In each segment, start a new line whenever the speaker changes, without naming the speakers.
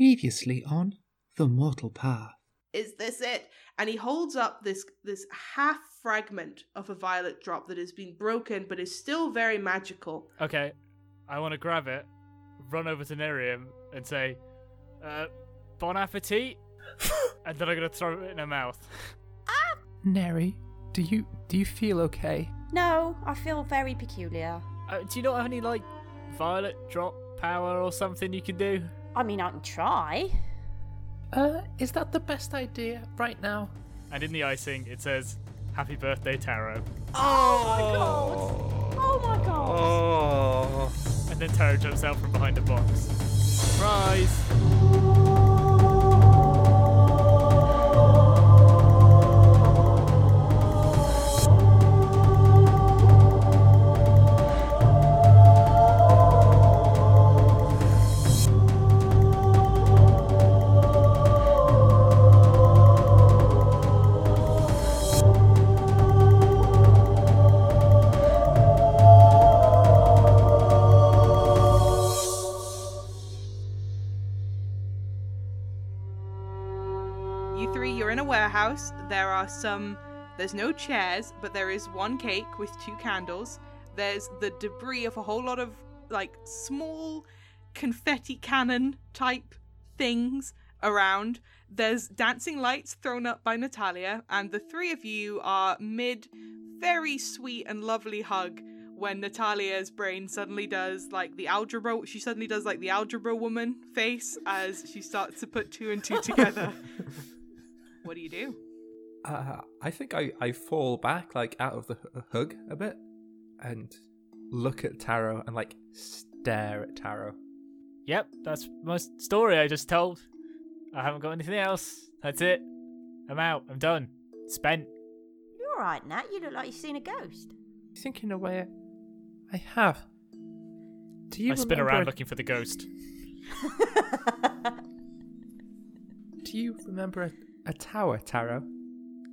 Previously on The Mortal Path.
is this it and he holds up this this half fragment of a violet drop that has been broken but is still very magical
Okay, I want to grab it, run over to Nerium, and say, uh, "Bon appetit," and then I'm gonna throw it in her mouth.
Neri, do you do you feel okay?
No, I feel very peculiar.
Uh, do you not have any like violet drop power or something you can do?
I mean, I can try.
Uh, is that the best idea right now?
And in the icing, it says, "Happy birthday, Taro."
Oh my god!
Oh.
And then Taro jumps out from behind a box. Surprise!
You three, you're in a warehouse. There are some. There's no chairs, but there is one cake with two candles. There's the debris of a whole lot of, like, small confetti cannon type things around. There's dancing lights thrown up by Natalia, and the three of you are mid very sweet and lovely hug when Natalia's brain suddenly does like the algebra she suddenly does like the algebra woman face as she starts to put two and two together. What do you do?
Uh, I think I, I fall back like out of the h- hug a bit and look at Taro and like stare at Taro.
Yep, that's my s- story I just told. I haven't got anything else. That's it. I'm out. I'm done. Spent.
You're alright, Nat. You look like you've seen a ghost.
I think in a way, I have. Do you
I spin
remember
around
a-
looking for the ghost.
Do you remember a, a tower, Taro?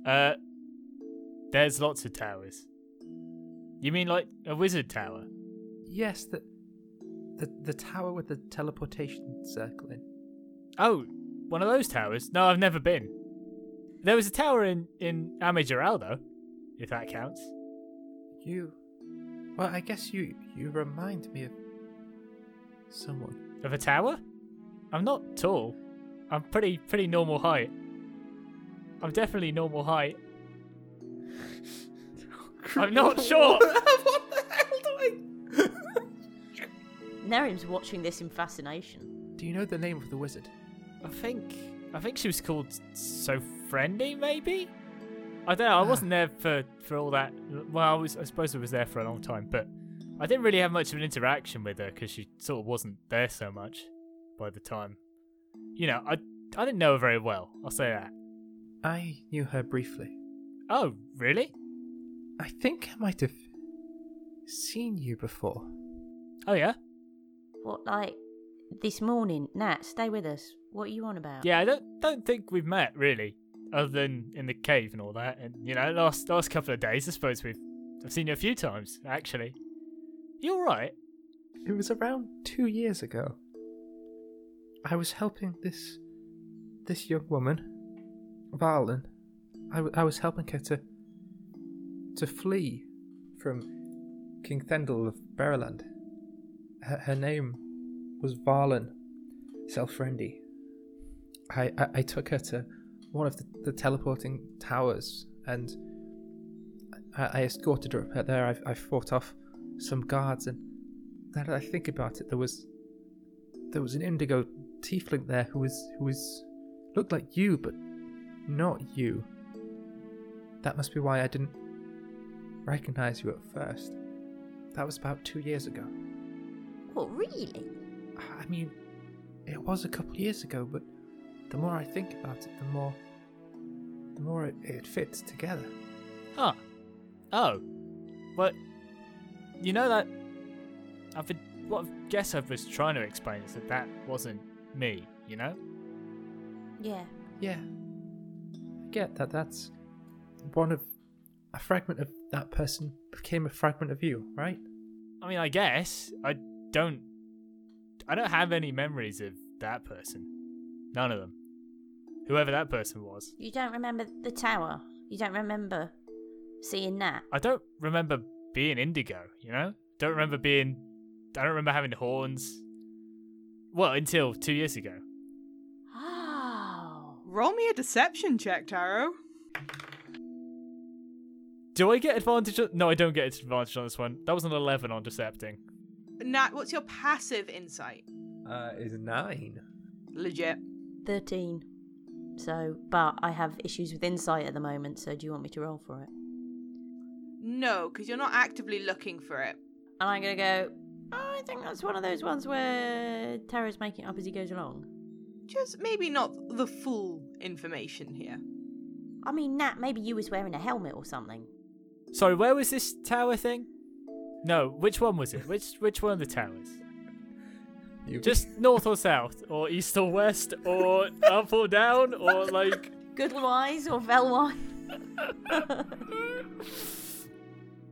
Uh, there's lots of towers. You mean like a wizard tower?
Yes, the the the tower with the teleportation circle in.
Oh, one of those towers? No, I've never been. There was a tower in in Amageral though, if that counts.
You, well, I guess you you remind me of someone.
Of a tower? I'm not tall. I'm pretty pretty normal height. I'm definitely normal height. I'm not short.
what the hell do I?
Nerim's watching this in fascination.
Do you know the name of the wizard?
I think I think she was called Sofrendi, maybe. I don't know. I wasn't there for for all that. Well, I was. I suppose I was there for a long time, but I didn't really have much of an interaction with her because she sort of wasn't there so much by the time. You know, I I didn't know her very well. I'll say that.
I knew her briefly.
Oh, really?
I think I might have seen you before.
Oh yeah.
What, like, this morning? Nat, stay with us. What are you on about?
Yeah, I don't don't think we've met really, other than in the cave and all that. And you know, last last couple of days, I suppose we've I've seen you a few times actually. You all right?
It was around two years ago. I was helping this this young woman, Varlin. I, w- I was helping her to to flee from King Thendel of Bereland. Her, her name was Varlin Selfrendi. I, I I took her to one of the, the teleporting towers and I, I escorted her up there. I, I fought off some guards and now that I think about it, there was there was an indigo tiefling there who was who was looked like you, but not you. That must be why I didn't recognize you at first. That was about two years ago.
What, really?
I mean, it was a couple years ago, but the more I think about it, the more the more it, it fits together.
Huh. Oh. Well, you know that. I've been, what I guess I was trying to explain is that that wasn't me, you know?
Yeah.
Yeah, I get that. That's one of a fragment of that person became a fragment of you, right?
I mean, I guess. I don't. I don't have any memories of that person. None of them. Whoever that person was.
You don't remember the tower. You don't remember seeing that.
I don't remember being indigo, you know? Don't remember being. I don't remember having horns. Well, until two years ago.
Oh.
Roll me a deception check, Taro.
Do I get advantage? On... No, I don't get advantage on this one. That was an 11 on Decepting.
Nat, what's your passive insight?
Uh, is nine.
Legit.
13. So, but I have issues with insight at the moment, so do you want me to roll for it?
No, because you're not actively looking for it.
And I'm going to go, oh, I think that's one of those ones where Tara's making it up as he goes along.
Just maybe not the full information here.
I mean, Nat, maybe you was wearing a helmet or something.
Sorry, where was this tower thing? No, which one was it? Which which one of the towers?
You
Just north or south, or east or west, or up or down, or like
Goodwise or Velwise?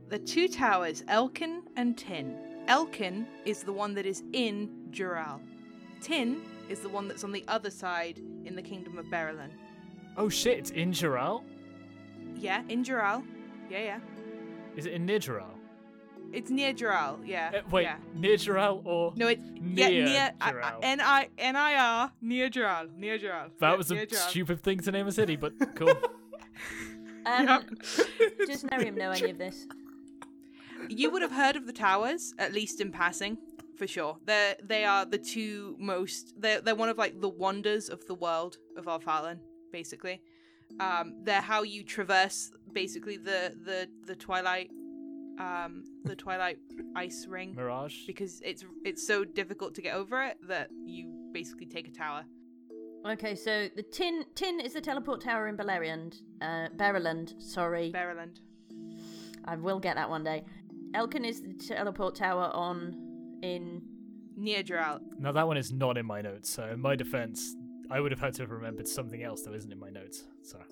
The two towers, Elkin and Tin. Elkin is the one that is in Jural. Tin is the one that's on the other side in the Kingdom of Berylin.
oh shit, it's in Jural.
Yeah, in Jural. Yeah, yeah.
Is it in near Jural?
It's near Jural, yeah.
Uh, wait,
Yeah.
near Jural or
No, it's yeah,
Near
near I- I-
Jural.
N-I- N-I-R, near Jural, near Jural.
that
Yeah,
was
near
a
Jural.
stupid thing to name a city, but cool.
Um, Does Nerium know any of this?
you would have heard of the towers at least in passing for sure they're they are the two most they're, they're one of like the wonders of the world of arfalan basically um they're how you traverse basically the the the twilight um the twilight ice ring
Mirage.
because it's it's so difficult to get over it that you basically take a tower
Okay, so the tin tin is the teleport tower in Beleriand, uh, Beriland. Sorry,
Maryland.
I will get that one day. Elkin is the teleport tower on in.
near Doral.
Now that one is not in my notes, so in my defense, I would have had to have remembered something else that isn't in my notes. So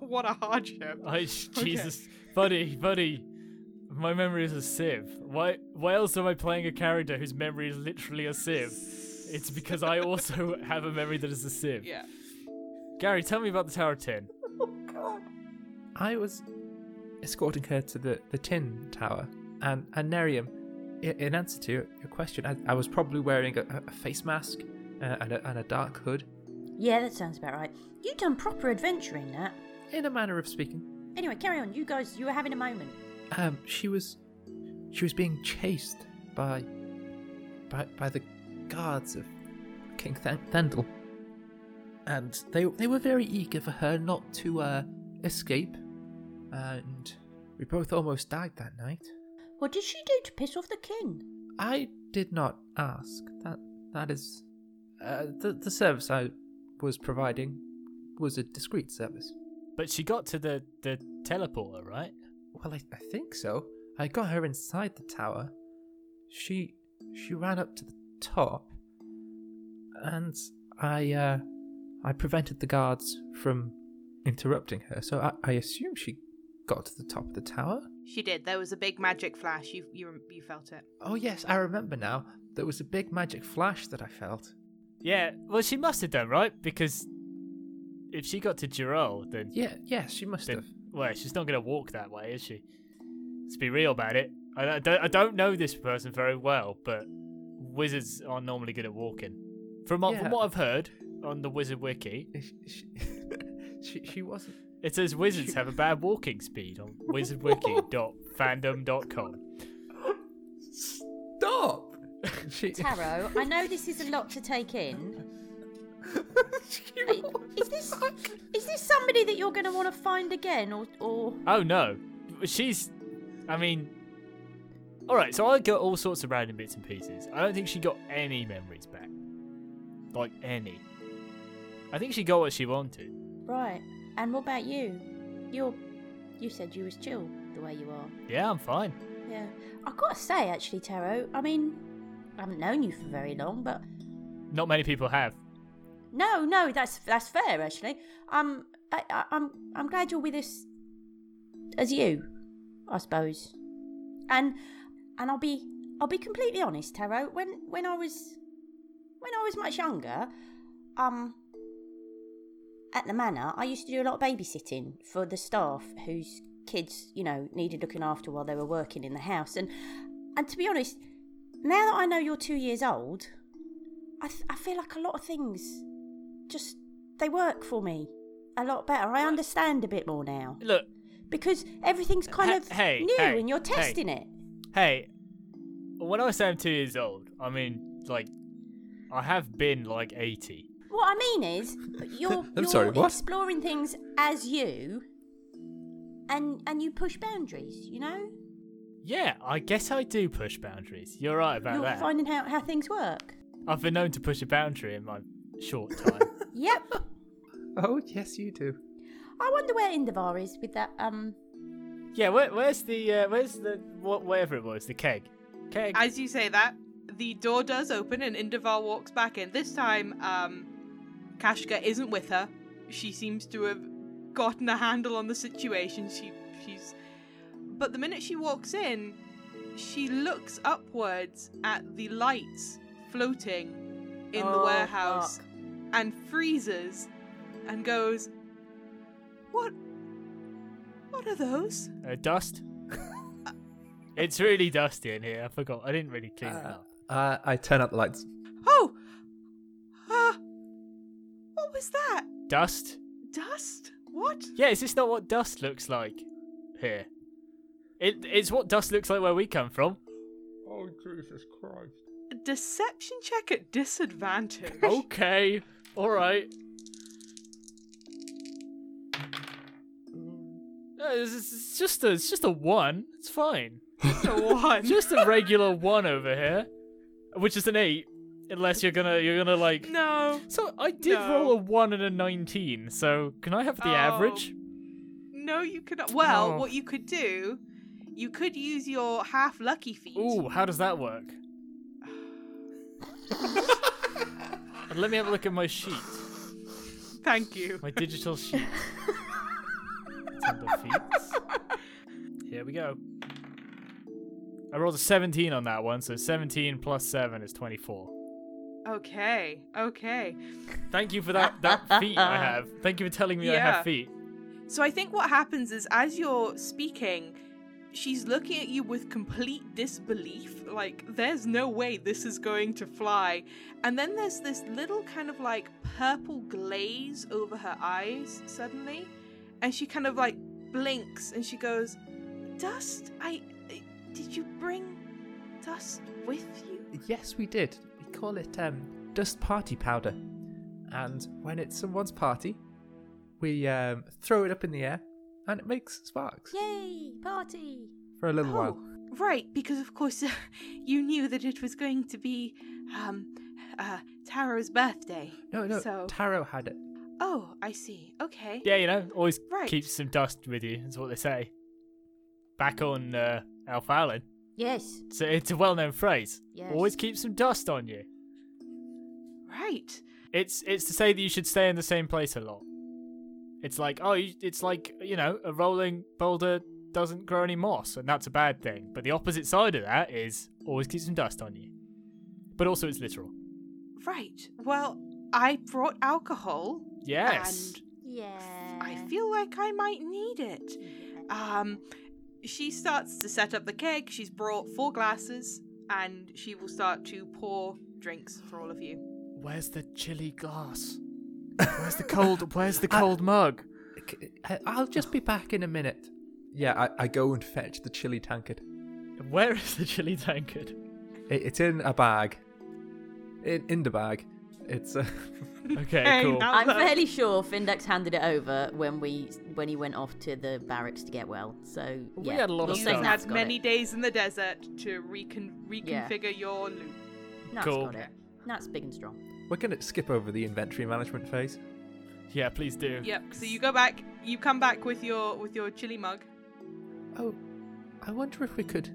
what a hardship
I Jesus buddy, buddy. My memory is a sieve. Why why else am I playing a character whose memory is literally a sieve? It's because I also have a memory that is a sieve.
yeah
Gary, tell me about the Tower of Tin.
I was escorting her to the, the tin tower, and, and Nerium, i- in answer to your, your question, I, I was probably wearing a, a face mask uh, and, a, and a dark hood.
Yeah, that sounds about right. You done proper adventuring, that.
In a manner of speaking,
Anyway, carry on. You guys, you were having a moment.
um, she was she was being chased by by, by the guards of King Th- Thandel, and they they were very eager for her not to uh, escape, and we both almost died that night.
What did she do to piss off the king?
I did not ask. That that is, uh, the the service I was providing was a discreet service.
But she got to the the teleporter, right?
Well, I, I think so. I got her inside the tower. She she ran up to the top, and I uh, I prevented the guards from interrupting her. So I, I assume she got to the top of the tower.
she did there was a big magic flash you you, you felt it
Oh yes, I remember now. There was a big magic flash that I felt.
Yeah. Well, she must have done right because if she got to Jirol, then
Yeah, yes, she must
Then-
have.
well, she's not going to walk that way, is she? Let's be real about it. I I don't, I don't know this person very well, but wizards are normally good at walking. From, what-
Yeah.
from what I've heard on the Wizard Wiki,
If she, she, she wasn't.
it says wizards have a bad walking speed on wizardwiki.fandom.com.
Stop!
She,
Taro, I know this is a lot to take in. Are- Is this is this somebody that you're going to want to find again, or or
Oh no, she's. I mean, all right. So I got all sorts of random bits and pieces. I don't think she got any memories back, like any. I think she got what she wanted.
Right. And what about you? You're you said you was chill the way you are.
Yeah, I'm fine.
Yeah. I gotta say actually, Taro, I mean I haven't known you for very long, but
Not many people have.
no, no, that's that's fair actually. Um I, I I'm I'm glad you're with us as you, I suppose. And and I'll be I'll be completely honest, Taro, when when I was when I was much younger, um, at the manor, I used to do a lot of babysitting for the staff whose kids, you know, needed looking after while they were working in the house. And and to be honest, now that I know you're two years old, I th- I feel like a lot of things just they work for me a lot better. I understand a bit more now
Look,
because everything's kind
Hey-
of
hey,
new
hey,
and you're
hey.
testing it.
hey, when I say I'm two years old, I mean like I have been like eighty.
What I mean is, you're,
I'm
you're
sorry, what?
exploring things as you, and and you push boundaries. You know,
Yeah, I guess I do push boundaries. You're right about
you're
that.
finding out how things work.
I've been known to push a boundary in my short time.
Yep.
Oh, yes, you do.
I wonder where Indivar is with that. Um.
yeah, where, where's the uh, where's the what whatever it was the keg, keg.
As you say that, the door does open and Indivar walks back in. This time, um, Kashka isn't with her. She seems to have gotten a handle on the situation. She she's but the minute she walks in, she looks upwards at the lights floating in the
oh,
warehouse
fuck.
and freezes and goes, "What? What are those?"
Uh, dust. it's really dusty in here. I forgot. I didn't really clean it
Uh,
up.
uh, I turn out the lights.
Oh, uh, what was that?
Dust.
Dust? What?
Yeah, is this not what dust looks like here? It, it's what dust looks like where we come from.
Oh Jesus Christ!
A deception check at disadvantage.
Oh, Okay, all right. No, Mm. Uh, it's, it's- it's just a, it's just a one. It's fine.
So one.
Just a regular one over here, which is an eight, unless you're gonna you're gonna like.
no.
So I did
No.
roll a one and a nineteen. So can I have the
Oh.
average?
No, you cannot. Well,
Oh.
what you could do, you could use your half lucky feat.
Ooh, how does that work? Let me have a look at my sheet,
Thank you.
my digital sheet. It's under feet. Here we go. I rolled a 17 on that one, so 17 plus 7 is 24.
Okay. Okay.
Thank you for that that feat I have. Thank you for telling me I
Yeah.
have feet.
So I think what happens is as you're speaking, she's looking at you with complete disbelief. Like, there's no way this is going to fly. And then there's this little kind of like purple glaze over her eyes suddenly. And she kind of like blinks and she goes, Dust, I. I- Did you bring dust with you?
Yes, we did. We call it um, dust party powder. And when it's someone's party, we um, throw it up in the air and it makes sparks
Yay! Party.
for a little
Oh,
while.
Right, because of course you knew that it was going to be um, uh, Taro's birthday.
No, no,
So,
Taro had it.
oh, I see. Okay.
Yeah, you know, always
Right.
keep some dust with you. That's what they say. Back on uh, Alpha Allen,
Yes.
it's a, it's a well-known phrase.
Yes.
Always keep some dust on you.
Right.
It's it's to say that you should stay in the same place a lot. It's like oh, you, it's like you know, a rolling boulder doesn't grow any moss, and that's a bad thing. But the opposite side of that is always keep some dust on you. But also, it's literal.
Right. Well, I brought alcohol.
Yes.
And
Yeah.
I feel like I might need it. Um, she starts to set up the keg. She's brought four glasses, and she will start to pour drinks for all of you.
Where's the chilly glass? Where's the cold? Where's the cold mug?
C- I- uh, I'll just be back in a minute.
Yeah, I, I go and fetch the chili tankard.
Where is the chili tankard?
It, it's in a bag. In, in the bag. It's uh,
Okay, cool.
now
I'm
that-
fairly sure Findex handed it over when we when he went off to the barracks to get well. So
We
yeah,
had a lot of
we'll
You've
say
stuff.
Nat's
had
got
many
it.
days in the desert to recon- reconfigure your loot.
Nat's
Cool.
got it. Nat's big and strong.
we're gonna skip over the inventory management phase.
Yeah, please do.
Yep. So you go back. You come back with your with your chili mug.
Oh, I wonder if we could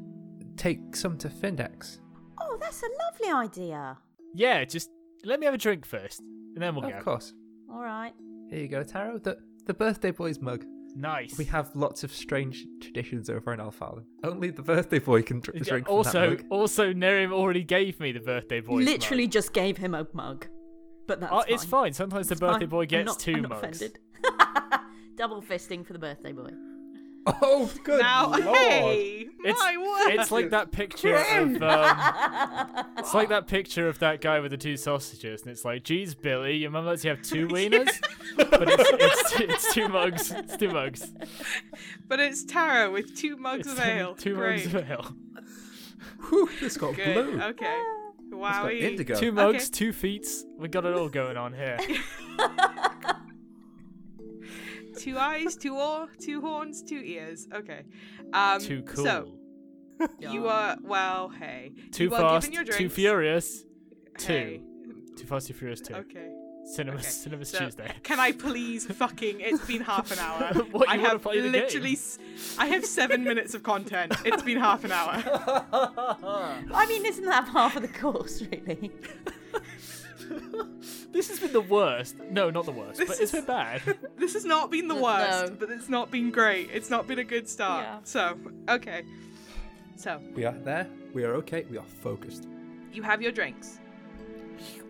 take some to Findex.
Oh, that's a lovely idea.
Yeah, just let me have a drink first, and then we'll
of
go.
course.
All right.
Here you go, Taro. The, the birthday boy's mug.
Nice.
We have lots of strange traditions over in Alpharland. Only the birthday boy can dr-
Yeah,
drink from that
also,
mug.
also, Nerim already gave me the birthday boy.
Literally just gave him a mug. But that's
Oh,
fine.
it's fine. Sometimes the
It's
birthday
fine.
boy
I'm
gets
not-
two
I'm not
mugs.
offended. Double fisting for the birthday boy.
Oh, good
now,
lord!
hey,
It's,
my word.
it's like that picture of um, it's like that picture of that guy with the two sausages, and it's like, geez, Billy, your mum lets you have two wieners, but it's, it's, two- it's two mugs. It's two mugs.
but it's Tara with two mugs
It's
of ale.
two
Great.
mugs of ale.
Whew, this got
Good.
blue.
Okay.
Ah.
It's
Wow.
got indigo.
Two mugs, two feets. We got it all going on here.
Two eyes, two or two horns, two ears. Okay. Um,
too cool.
So you are well. Hey.
too
you Are
fast.
given your
Too
drinks.
furious.
Hey.
Two. Too fast. Too furious. Two.
Okay.
Cinema.
Okay,
Cinema
so
Tuesday.
Can I please fucking? It's been half an hour.
What, you
I
wanna
have
play the game?
literally. s- I have seven minutes of content. It's been half an hour.
I mean, isn't that half of the course, really?
This has been the worst. No, not the worst,
This
but
is-
it's been bad.
This has not been the
No.
worst, but it's not been great. It's not been a good start.
Yeah.
So okay. So
We are there. We are okay. We are focused.
you have your drinks.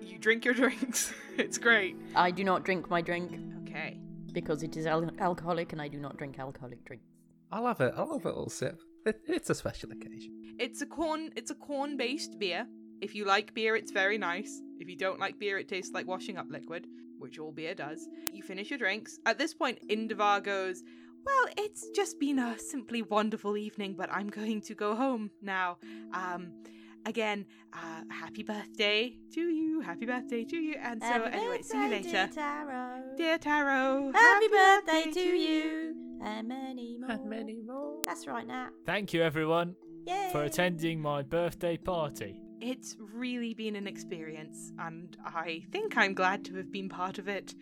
You drink your drinks. It's great.
I do not drink my drink
Okay.
because it is al- alcoholic, and I do not drink alcoholic drinks.
I'll have it. I'll have a little sip. It, it's a special occasion.
It's a corn. It's a corn-based beer. If you like beer, it's very nice. If you don't like beer, it tastes like washing up liquid, which all beer does. You finish your drinks. At this point, Indivar goes, "Well, it's just been a simply wonderful evening, but I'm going to go home now. Um, again, uh, happy birthday to you. Happy birthday to you. And so,
Happy
anyway, see you
birthday, dear
later,
Taro.
dear Taro.
Happy birthday to you, and many more.
And many more.
That's right, Nat.
Thank you, everyone,
Yay.
for attending my birthday party.
It's really been an experience, and I think I'm glad to have been part of it."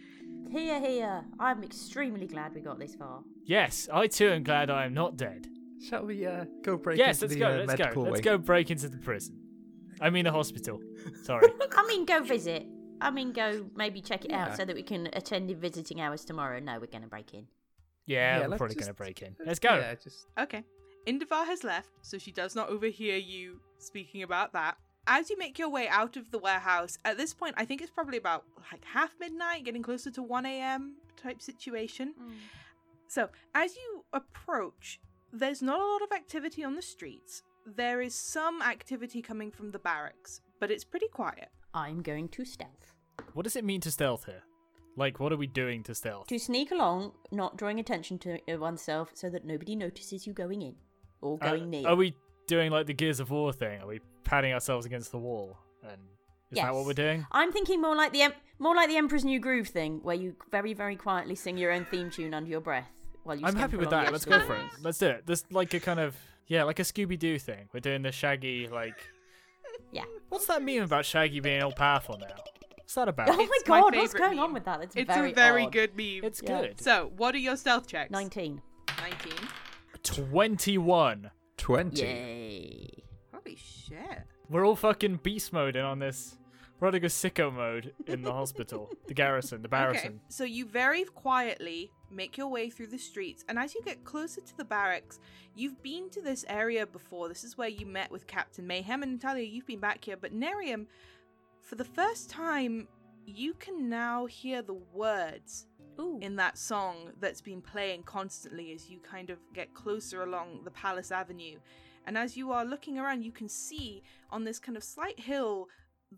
Here, here. I'm extremely glad we got this far.
Yes, I too am glad I am not dead.
Shall we uh, go break
yes,
into
let's
the
go.
uh,
let's go.
medical
Let's
wing?
go break into the prison. I mean the hospital. Sorry.
I mean, go visit. I mean, go maybe check it
Yeah.
out so that we can attend in visiting hours tomorrow. No, we're going to break in.
Yeah,
Yeah,
we're
let's
probably
just-
gonna break in. Let's go.
Yeah, just
Okay. Indivar has left, so she does not overhear you speaking about that. As you make your way out of the warehouse, at this point, I think it's probably about like half midnight, getting closer to 1 a.m. type situation.
Mm.
So, as you approach, there's not a lot of activity on the streets. There is some activity coming from the barracks, but it's pretty quiet.
I'm going to stealth.
What does it mean to stealth here? Like, what are we doing to stealth?
To sneak along, not drawing attention to uh, oneself so that nobody notices you going in or
Uh,
going near.
Are we doing like the Gears of War thing? Are we patting ourselves against the wall? And is that what
Yes.
we're doing?
I'm thinking more like the em- more like the Emperor's New Groove thing, where you very very quietly sing your own theme tune under your breath while you.
I'm
scamper
happy with
along
that.
the
Let's go
outskirts.
for it. Let's do it. There's like a kind of yeah, like a Scooby Doo thing. We're doing the Shaggy like.
Yeah.
What's that meme about Shaggy being all powerful now? What's that about?
Oh my
my
god, what's
favourite
going on
meme.
with that? That's
It's
very
a very
odd.
good meme.
It's
Yeah.
good.
So, what are your stealth checks?
Nineteen.
19.
Twenty-one.
Twenty.
Yay.
Holy shit.
We're all fucking beast mode in on this. We're on a sicko mode in the hospital, the garrison, the barrison.
So you very quietly make your way through the streets, and as you get closer to the barracks, you've been to this area before. This is where you met with Captain Mayhem and Natalia. You've been back here, but Nerium, for the first time, you can now hear the words
Ooh.
in that song that's been playing constantly as you kind of get closer along the Palace Avenue. And as you are looking around, you can see on this kind of slight hill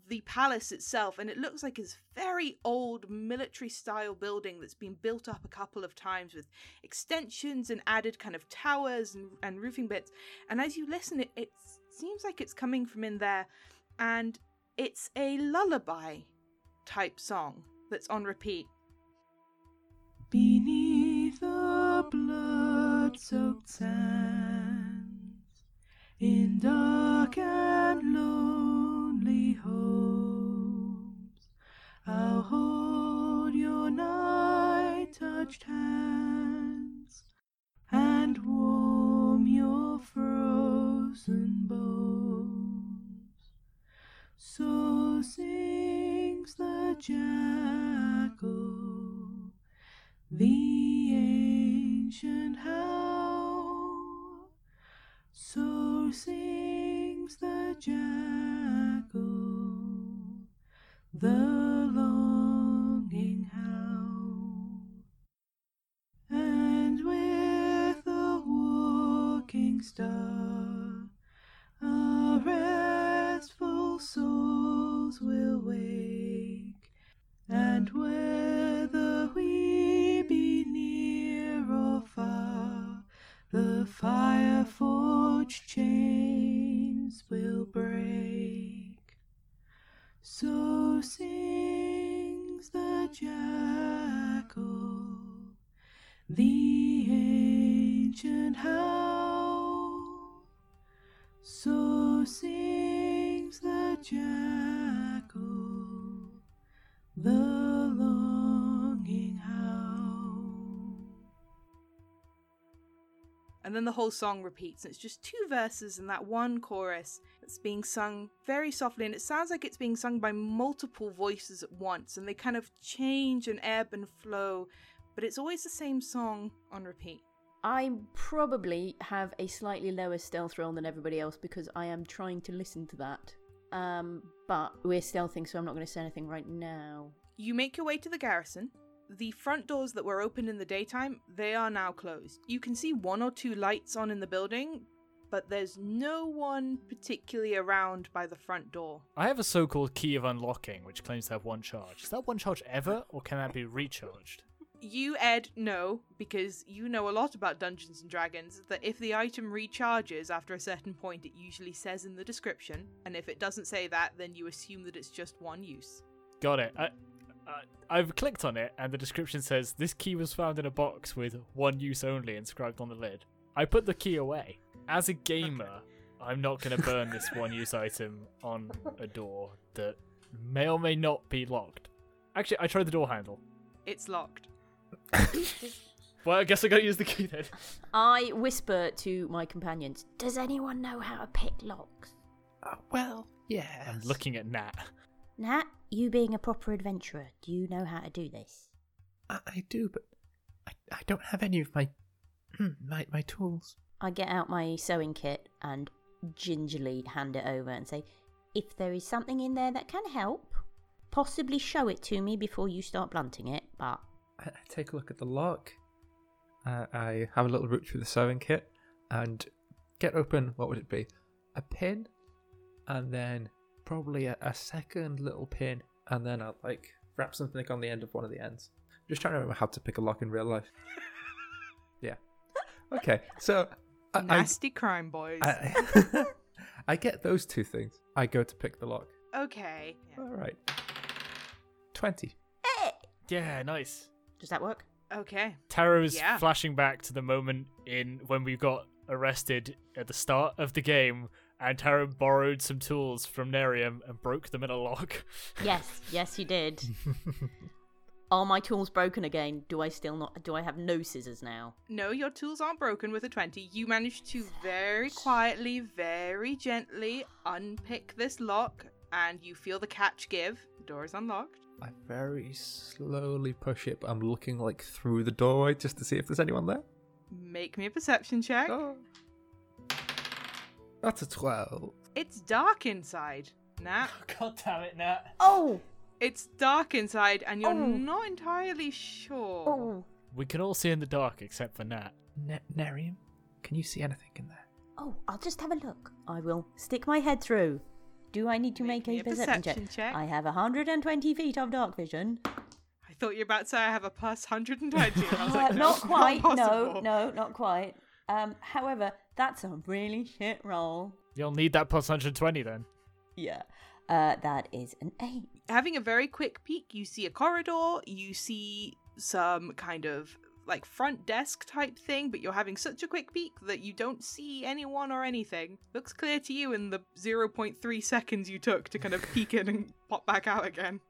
the palace itself, and it looks like it's very old military style building that's been built up a couple of times with extensions and added kind of towers and, and roofing bits. And as you listen, it, it seems like it's coming from in there, and it's a lullaby type song that's on repeat. Beneath the blood soaked sands, in dark and lonely homes, I'll hold your night touched hands and warm your frozen bones. So sings the jackal, the ancient howl. So sings the jackal, the long. jackal, the ancient howl. So sings the jackal, the longing howl. And then the whole song repeats, and it's just two verses and that one chorus that's being sung very softly, and it sounds like it's being sung by multiple voices at once, and they kind of change and ebb and flow, but it's always the same song on repeat.
I probably have a slightly lower stealth roll than everybody else because I am trying to listen to that. Um, but we're stealthing, so I'm not going to say anything right now.
You make your way to the garrison. The front doors that were open in the daytime, they are now closed. You can see one or two lights on in the building, but there's no one particularly around by the front door.
I have a so-called key of unlocking, which claims to have one charge. Is that one charge ever, or can that be recharged?
You, Ed, know, because you know a lot about Dungeons and Dragons, that if the item recharges after a certain point, it usually says in the description, and if it doesn't say that, then you assume that it's just one use.
Got it. I, I, I've clicked on it, and the description says this key was found in a box with one use only inscribed on the lid. I put the key away. As a gamer, I'm not going to burn this one use item on a door that may or may not be locked. Actually, I tried the door handle.
It's locked.
Well, I guess I gotta use the key then.
I whisper to my companions, Does anyone know how to pick locks?
Uh, well, yes.
I'm looking at Nat.
Nat, you being a proper adventurer, do you know how to do this?
I, I do, but I, I don't have any of my hmm, my my tools.
I get out my sewing kit and gingerly hand it over and say, If there is something in there that can help, possibly show it to me before you start blunting it, but
I, I take a look at the lock. Uh, I have a little root through the sewing kit and get open. What would it be? A pin, and then probably a, a second little pin, and then I'll like wrap something on the end of one of the ends. Just trying to remember how to pick a lock in real life. yeah. Okay. So I, I,
Nasty crime boys.
I, I get those two things. I go to pick the lock.
okay.
All right. Twenty.
Yeah, nice.
eh, does that work?
Okay.
Taro is
Yeah.
flashing back to the moment in when we got arrested at the start of the game, and Taro borrowed some tools from Nerium and broke them in a lock.
Yes, yes, you did. Are my tools broken again? Do I still not? Do I have no scissors now?
No, your tools aren't broken with a 20. You managed to very quietly, very gently unpick this lock, and you feel the catch give. The door is unlocked.
I very slowly push it, but I'm looking like through the doorway just to see if there's anyone there.
Make me a perception check.
Oh. That's a twelve.
It's dark inside, Nat.
God damn it, Nat.
Oh,
It's dark inside, and you're
Oh.
not entirely sure.
oh,
We can all see in the dark except for Nat.
Ne- Nerium, can you see anything in there?
oh! I'll just have a look. I will stick my head through. Do I need to
Make
make,
me
a,
a
perception,
perception check.
I have 120 feet of dark vision.
I thought you were about to say I have a plus 120. and I was
Uh,
like, no,
not quite. no,
possible.
no, not quite. Um, however, that's a really shit roll.
You'll need that plus 120 then.
Yeah, uh, that is an eight.
having a very quick peek, you see a corridor, you see some kind of like front desk type thing, but you're having such a quick peek that you don't see anyone or anything. Looks clear to you in the 0.3 seconds you took to kind of peek in and pop back out again.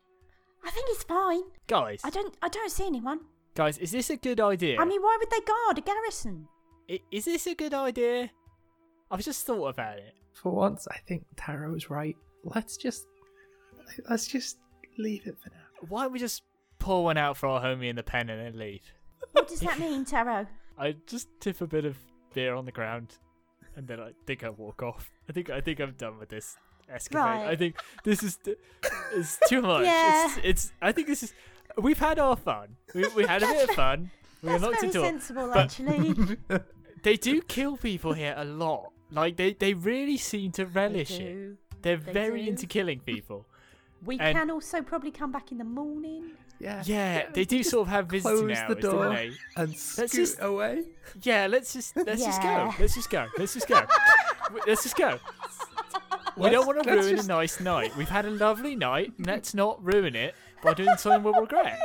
I think it's fine.
Guys,
I don't. I don't see anyone.
guys, is this a good idea?
I mean, why would they guard a garrison?
I- is this a good idea? I've just thought about it.
For once, I think Taro is right. Let's just let's just leave it for now.
Why don't we just pour one out for our homie in the pen and then leave?
What does that mean, Taro?
I just tip a bit of beer on the ground, and then I think I walk off. I think I think I'm done with this escapade. I
Right.
think this is t- it's too much. It's,
Yeah.
it's I think this is we've had our fun. We, we had a bit of fun. We
That's
unlocked
very
a door,
sensible,
but
actually.
They do kill people here a lot. Like they they really seem to relish it.
do.
They're
They
very
do.
into killing people.
We
And-
can also probably come back in the morning.
Yeah,
Yeah, they do
just
sort of have visiting
close the
hours, don't
door
they?
and scoot
just-
away.
Yeah, let's just let's just go.
Yeah.
Let's just go. Let's just go. W- let's just go. We
Let's-
don't want
let's
to ruin
just-
a nice night. We've had a lovely night. Let's not ruin it by doing something we'll regret.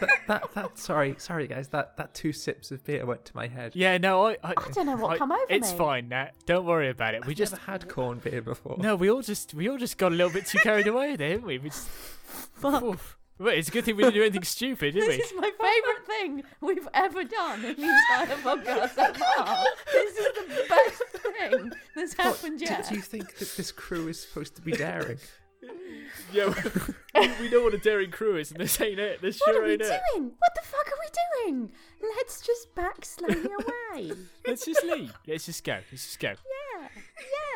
that, that, that, sorry, sorry guys, that, that two sips of beer went to my head.
Yeah, no, I, I,
I don't know what come over
It's
me.
fine, Nat. Don't worry about it. We
We
just
just had corn beer before.
no, we all just we all just got a little bit too carried away there, didn't we? we just, Oof. Wait, it's a good thing we didn't do anything stupid, did
This
we?
is my favourite thing we've ever done in the entire podcast so far. This is the best thing that's
What,
happened
do,
yet.
do you think that this crew is supposed to be daring?
Yeah, we, we know what a daring crew is, and this ain't it. This
What
sure
are we
ain't it.
doing? What the fuck are we doing? Let's just backslay away.
Let's just leave. Let's just go. Let's just go.
Yeah,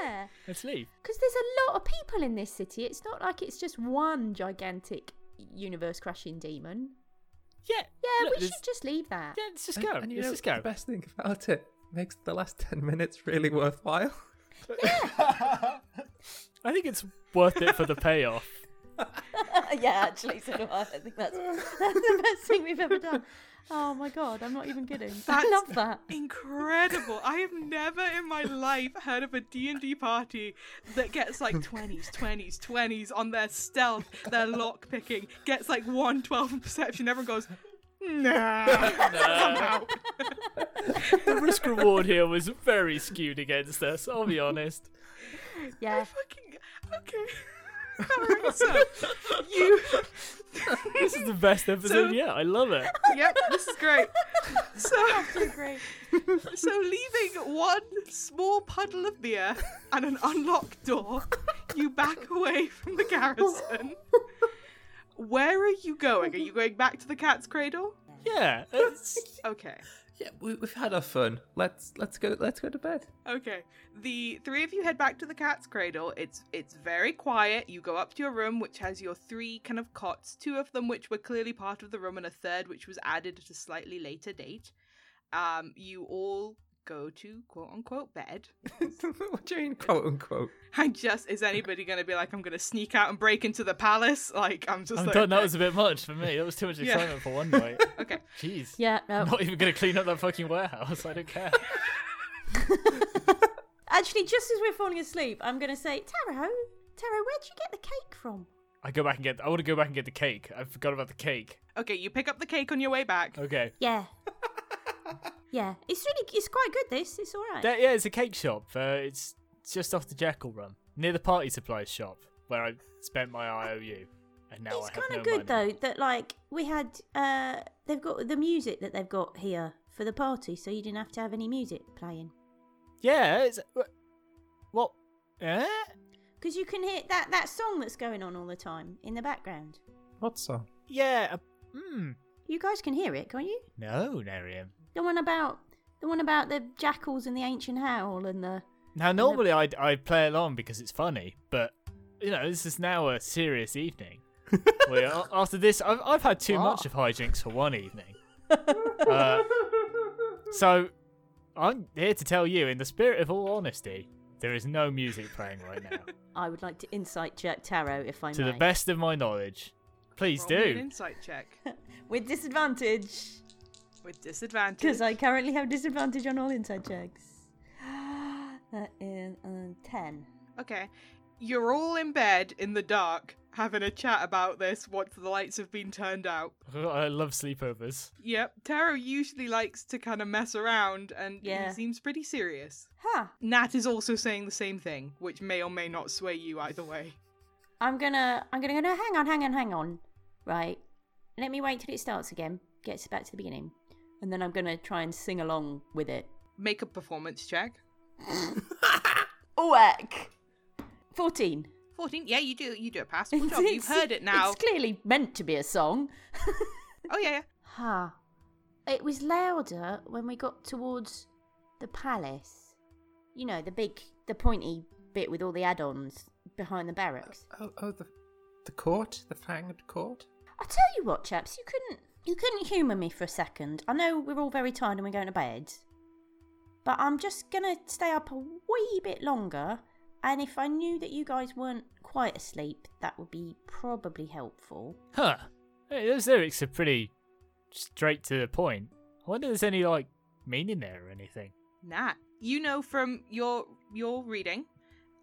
yeah.
Let's leave.
Because there's a lot of people in this city. It's not like it's just one gigantic universe crashing demon.
Yeah.
Yeah,
look,
we
there's-
should just leave that.
Yeah, let's just
And-
go.
And you
let's
know,
just go.
the best thing about it makes the last 10 minutes really worthwhile.
I think it's worth it for the payoff.
yeah, actually, so do I. I think that's, that's the best thing we've ever done. Oh my god, I'm not even kidding. I
That's-
love that.
Incredible. I have never in my life heard of a D&D party that gets like 20s, 20s, 20s on their stealth, their lock picking, gets like 1 12 in perception. Everyone goes, nah.
the risk reward here was very skewed against us. I'll be honest.
Yeah.
Fucking, okay. Alright, so you,
This is the best
So-
episode yet. I love it.
yep, this is great. So,
Great.
so leaving one small puddle of beer and an unlocked door, you back away from the garrison. Where are you going? Are you going back to the cat's cradle?
Yeah. It's,
Okay.
Yeah, we, we've had our fun. Let's let's go let's go to bed.
Okay. The three of you head back to the cat's cradle. It's it's very quiet. You go up to your room, which has your three kind of cots, two of them which were clearly part of the room, and a third which was added at a slightly later date. Um, you all go to quote unquote bed.
what do you mean, quote unquote?
I just is anybody gonna be like, I'm gonna sneak out and break into the palace? Like I'm just
I'm
like
done. That was a bit much for me. That was too much
Yeah.
excitement for one night.
okay.
Jeez.
Yeah, no.
I'm not even going to clean up that fucking warehouse. I don't care.
Actually, just as we're falling asleep, I'm going to say, Taro, Taro, where'd you get the cake from?
I go back and get. I want to go back and get the cake. I forgot about the cake.
Okay, you pick up the cake on your way back.
Okay.
Yeah. yeah. It's really, it's quite good, this. It's all right.
There- yeah, it's a cake shop. Uh, it's it's just off the Jackal Run, near the party supplies shop where I spent my IOU, and now
it's
I have
kind
no
of good,
money.
though, that, like, we had, uh, they've got the music that they've got here for the party, so you didn't have to have any music playing.
Yeah. It's, uh, what? Eh?
Because you can hear that, that song that's going on all the time in the background.
What song?
Yeah. uh, Hmm.
You guys can hear it, can't you?
No, Narium.
The one about, the one about the jackals and the ancient howl and the,
Now, normally I I play along because it's funny, but you know this is now a serious evening. we are, after this, I've I've had too much of hijinks for one evening. Uh, so, I'm here to tell you, in the spirit of all honesty, there is no music playing right now.
I would like to insight check Taro if I
to
may.
the best of my knowledge, please
Roll me An
do.
insight check
With disadvantage,
with disadvantage.
because I currently have disadvantage on all inside checks. That is um, 10.
Okay. You're all in bed in the dark having a chat about this once the lights have been turned out.
I love sleepovers.
Yep. Taro usually likes to kind of mess around and
Yeah.
he seems pretty serious.
Huh.
Nat is also saying the same thing, which may or may not sway you either way.
I'm gonna, I'm gonna go, no, hang on, hang on, hang on. Right. Let me wait till it starts again. Gets back to the beginning. And then I'm gonna try and sing along with it.
Make a performance check.
Oek! 14.
14. Yeah, you do you do a pass. Good job. You've heard it now.
It's clearly meant to be a song.
Oh yeah, yeah.
Huh. It was louder when we got towards the palace. You know, the big, the pointy bit with all the add ons behind the barracks.
Oh, oh, the the court, the fanged court.
I tell you what, chaps, you couldn't. You couldn't humour me for a second. I know we're all very tired and we're going to bed, but I'm just gonna stay up a wee bit longer. And if I knew that you guys weren't quite asleep, that would be probably helpful.
Huh. Hey, those lyrics are pretty straight to the point. I wonder if there's any like meaning there or anything.
Nat, you know from your your reading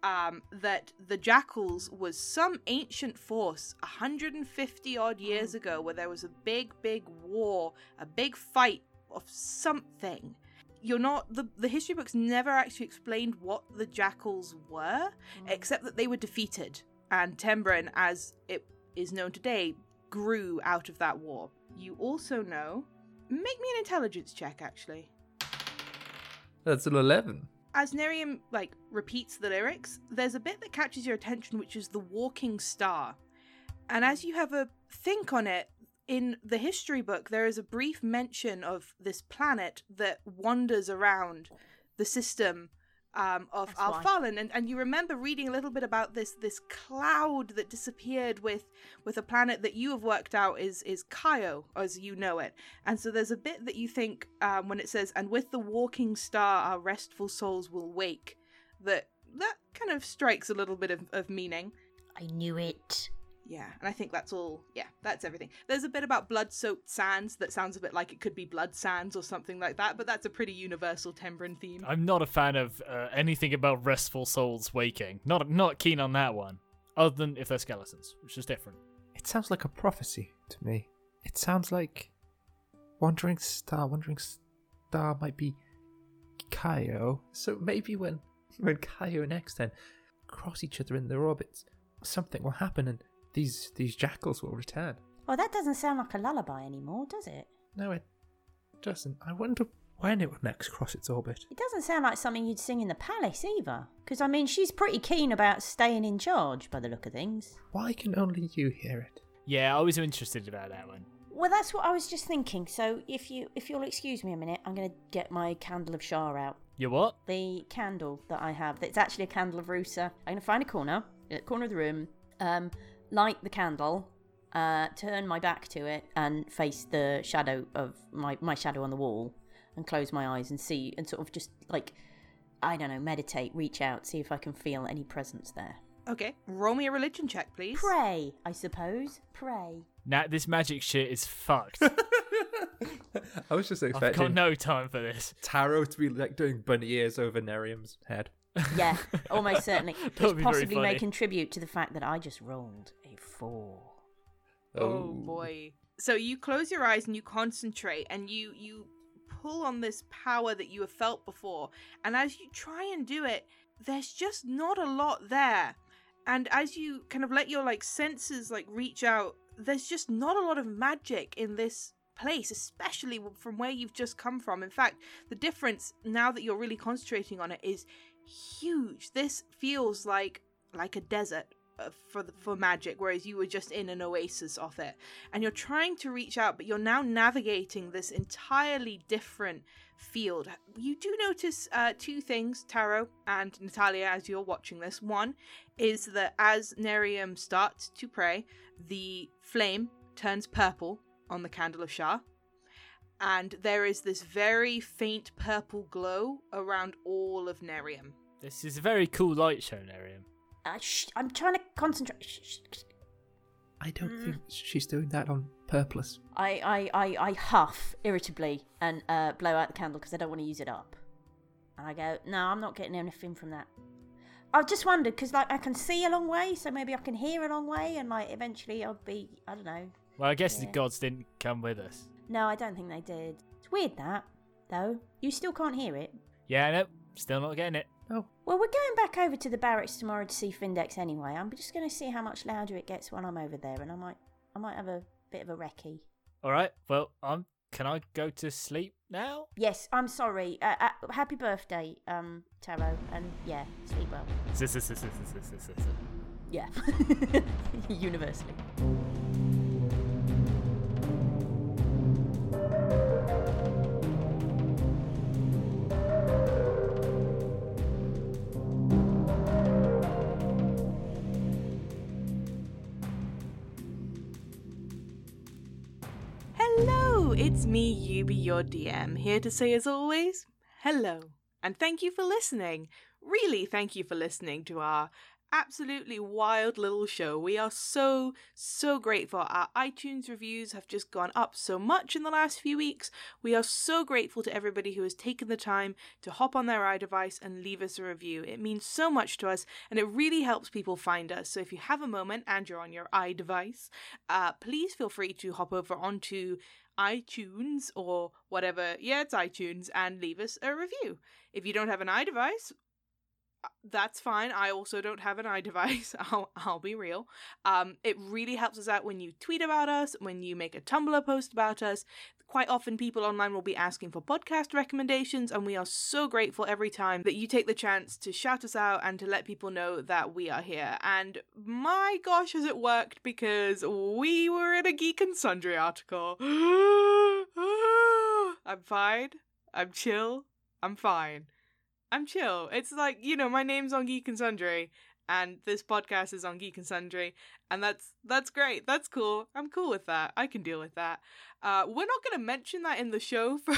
um, that the jackals was some ancient force 150 odd years ago where there was a big, big war, a big fight of something. You're not the the history books never actually explained what the jackals were, except that they were defeated, and Tembren, as it is known today, grew out of that war. You also know. Make me an intelligence check, actually
That's an 11.
as Nerium like repeats the lyrics, there's a bit that catches your attention, which is the walking star. And as you have a think on it, in the history book, there is a brief mention of this planet that wanders around the system um, of
That's why.
Alphalan, and, and you remember reading a little bit about this this cloud that disappeared with with a planet that you have worked out is is Kaio as you know it. And so there's a bit that you think um, when it says, "And with the walking star, our restful souls will wake," that that kind of strikes a little bit of, of meaning.
I knew it.
Yeah, and I think that's all. Yeah, that's everything. There's a bit about blood-soaked sands that sounds a bit like it could be blood sands or something like that, but that's a pretty universal Tembran theme.
I'm not a fan of uh, anything about restful souls waking. Not not keen on that one. Other than if they're skeletons, which is different.
It sounds like a prophecy to me. It sounds like Wandering Star. Wandering Star might be Kaio. So maybe when when Kaio and Exten cross each other in their orbits, something will happen and these these jackals will return.
Well, that doesn't sound like a lullaby anymore, does it?
No, it doesn't. I wonder when it will next cross its orbit.
It doesn't sound like something you'd sing in the palace either. Because, I mean, she's pretty keen about staying in charge by the look of things.
Why can only you hear it?
Yeah, I was interested about that one.
Well, that's what I was just thinking. So, if you if you'll excuse me a minute, I'm going to get my candle of Shar out.
You what?
The candle that I have, that's actually a candle of Rusa. I'm going to find a corner, a corner of the room, um, light the candle, uh, turn my back to it, and face the shadow of my, my shadow on the wall, and close my eyes and see, and sort of just like, I don't know, meditate, reach out, see if I can feel any presence there.
Okay, roll me a religion check, please.
Pray, I suppose. Pray.
Nah, this magic shit is fucked.
I was just
I've got
expecting
no time for this.
Taro to be like doing bunny ears over Nerium's head.
Yeah, almost certainly.
That would
Which
be very
possibly may
funny.
contribute to the fact that I just rolled a four.
Oh boy. So you close your eyes and you concentrate and you you pull on this power that you have felt before. And as you try and do it, there's just not a lot there. And as you kind of let your like senses like reach out, there's just not a lot of magic in this place, especially from where you've just come from. In fact, the difference now that you're really concentrating on it is huge. This feels like like a desert uh, for the, for magic, whereas you were just in an oasis of it. And you're trying to reach out, but you're now navigating this entirely different field. You do notice uh, two things, Taro and Natalia, as you're watching this. One is that as Nerium starts to pray, the flame turns purple on the candle of Shah. And there is this very faint purple glow around all of Nerium.
This is a very cool light show, Nerium.
Uh, shh, I'm trying to concentrate. Shh, shh, shh.
I don't think she's doing that on purpose.
I, I, I, I huff irritably and uh, blow out the candle because I don't want to use it up. And I go, no, I'm not getting anything from that. I just wondered because like I can see a long way, so maybe I can hear a long way, and like eventually I'll be, I don't know.
Well, I guess the
Yeah.
gods didn't come with us.
No, I don't think they did. It's weird that though. You still can't hear it.
Yeah, nope. Still not getting it.
No,
Well, we're going back over to the barracks tomorrow to see Findex anyway. I'm just going to see how much louder it gets when I'm over there, and I might, I might have a bit of a recce.
All right. Well, um, can I go to sleep now?
Yes, I'm sorry. Uh, uh, happy birthday, um, Taro, and yeah, sleep well.
Zzz, zzz, zzz, zzz, zzz, zzz, zzz.
Yeah, universally.
Hello, it's me, Yubi, your DM, here to say, as always, hello. And thank you for listening. Really, thank you for listening to our absolutely wild little show. We are so, so grateful. Our iTunes reviews have just gone up so much in the last few weeks. We are so grateful to everybody who has taken the time to hop on their iDevice and leave us a review. It means so much to us and it really helps people find us. So if you have a moment and you're on your iDevice, uh, please feel free to hop over onto iTunes or whatever. Yeah, it's iTunes and leave us a review. If you don't have an iDevice, uh, that's fine. I also don't have an iDevice. I'll, I'll be real. Um, it really helps us out when you tweet about us, when you make a Tumblr post about us. Quite often, people online will be asking for podcast recommendations, and we are so grateful every time that you take the chance to shout us out and to let people know that we are here. And my gosh, has it worked because we were in a Geek and Sundry article. I'm fine. I'm chill. I'm fine. I'm chill. It's like, you know, my name's on Geek and Sundry and this podcast is on Geek and Sundry and that's that's great. That's cool. I'm cool with that. I can deal with that. Uh, we're not going to mention that in the show for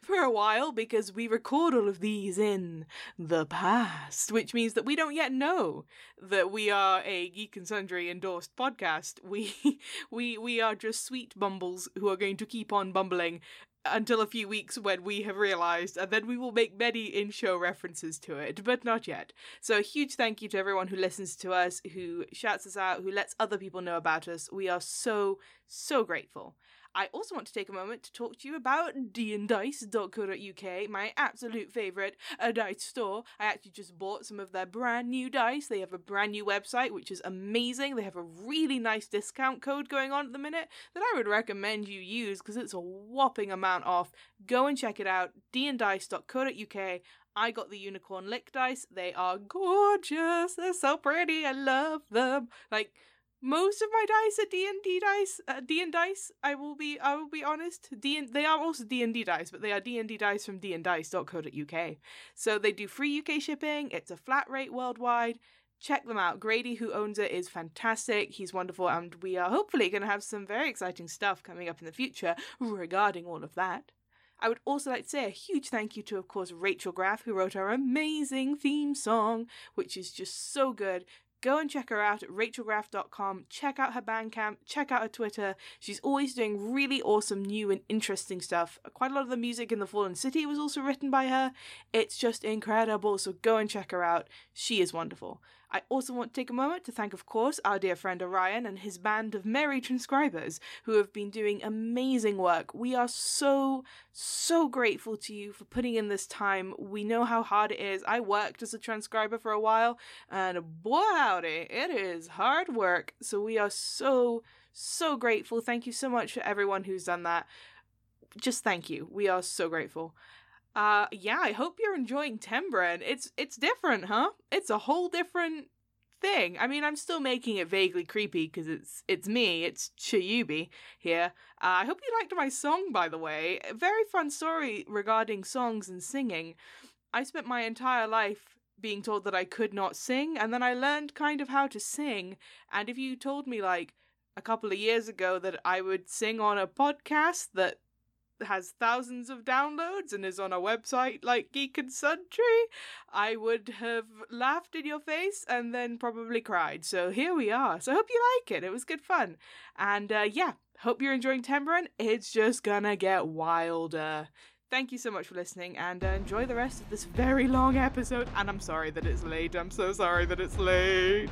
for a while because we record all of these in the past, which means that we don't yet know that we are a Geek and Sundry endorsed podcast. We we we are just sweet bumbles who are going to keep on bumbling until a few weeks when we have realized, and then we will make many in show references to it, but not yet. So, a huge thank you to everyone who listens to us, who shouts us out, who lets other people know about us. We are so, so grateful. I also want to take a moment to talk to you about dandice.co.uk, my absolute favourite a dice store. I actually just bought some of their brand new dice. They have a brand new website, which is amazing. They have a really nice discount code going on at the minute that I would recommend you use because it's a whopping amount off. Go and check it out, dandice.co.uk. I got the unicorn lick dice. They are gorgeous. They're so pretty. I love them. Like most of my dice are D and D dice. Uh, D and dice. I will be. I will be honest. D and they are also D and D dice, but they are D and D dice from dndice.co.uk. So they do free UK shipping. It's a flat rate worldwide. Check them out. Grady, who owns it, is fantastic. He's wonderful, and we are hopefully going to have some very exciting stuff coming up in the future regarding all of that. I would also like to say a huge thank you to, of course, Rachel Graff, who wrote our amazing theme song, which is just so good go and check her out at rachelgraff.com. Check out her Bandcamp. Check out her Twitter. She's always doing really awesome, new, and interesting stuff. Quite a lot of the music in The Fallen City was also written by her. It's just incredible. So go and check her out. She is wonderful. I also want to take a moment to thank, of course, our dear friend Orion and his band of merry transcribers who have been doing amazing work. We are so, so grateful to you for putting in this time. We know how hard it is. I worked as a transcriber for a while, and boy howdy, it is hard work. So we are so, so grateful. Thank you so much for everyone who's done that. Just thank you. We are so grateful. Uh, yeah, I hope you're enjoying Tembren. It's it's different, huh? It's a whole different thing. I mean, I'm still making it vaguely creepy because it's it's me, it's Chiyubi here. Uh, I hope you liked my song, by the way. A very fun story regarding songs and singing. I spent my entire life being told that I could not sing, and then I learned kind of how to sing. And if you told me like a couple of years ago that I would sing on a podcast that has thousands of downloads and is on a website like Geek and Sundry, I would have laughed in your face and then probably cried. So here we are. So I hope you like it. It was good fun. And uh, yeah, hope you're enjoying Tembran. It's just gonna get wilder. Thank you so much for listening and uh, enjoy the rest of this very long episode. And I'm sorry that it's late. I'm so sorry that it's late.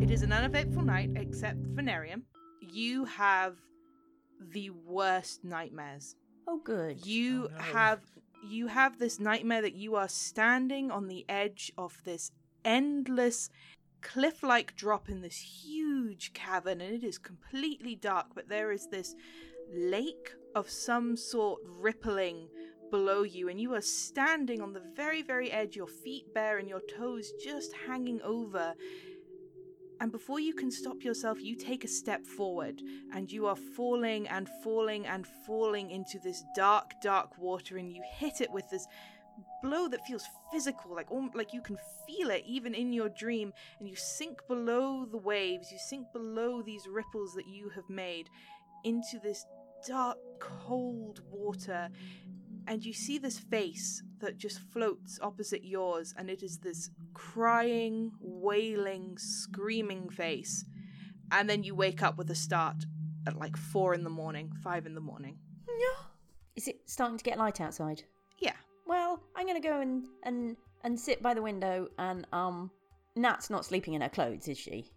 It is an uneventful night, except for Nerium. You have the worst nightmares.
Oh, good.
You
Oh, no.
have you have this nightmare that you are standing on the edge of this endless cliff-like drop in this huge cavern and it is completely dark but there is this lake of some sort rippling below you and you are standing on the very very edge your feet bare and your toes just hanging over and before you can stop yourself, you take a step forward, and you are falling and falling and falling into this dark, dark water, and you hit it with this blow that feels physical, like alm- like you can feel it even in your dream, and you sink below the waves, you sink below these ripples that you have made into this dark, cold water, and you see this face that just floats opposite yours, and it is this crying, wailing, screaming face. And then you wake up with a start at like four in the morning, five in the morning.
Is it starting to get light outside?
Yeah.
Well, I'm gonna go and and and sit by the window and um. Nat's not sleeping in her clothes, is she?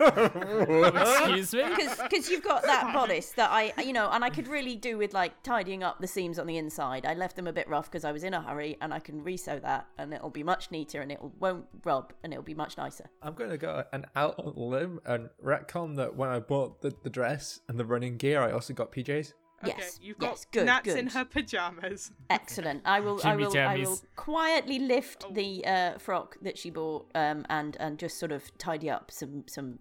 Excuse me?
Because you've got that bodice that I, you know, and I could really do with like tidying up the seams on the inside. I left them a bit rough because I was in a hurry, and I can resew that, and it'll be much neater, and it won't rub, and it'll be much nicer.
I'm going to go an out on a limb and retcon that when I bought the, the dress and the running gear, I also got PJs.
yes,
You've got
yes, good,
gnats
good.
in her pajamas.
Excellent. I will. I
Jimmy
will. I will
jammies.
quietly lift
Oh.
the uh, frock that she bought, um, and and just sort of tidy up some some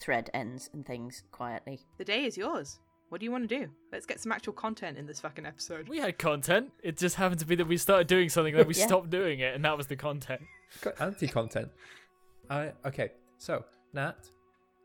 thread ends and things quietly.
The day is yours. What do you want to do? Let's get some actual content in this fucking episode.
We had content. It just happened to be that we started doing something, then we
Yeah.
stopped doing it, and that was the content.
Got anti-content. I okay. So Nat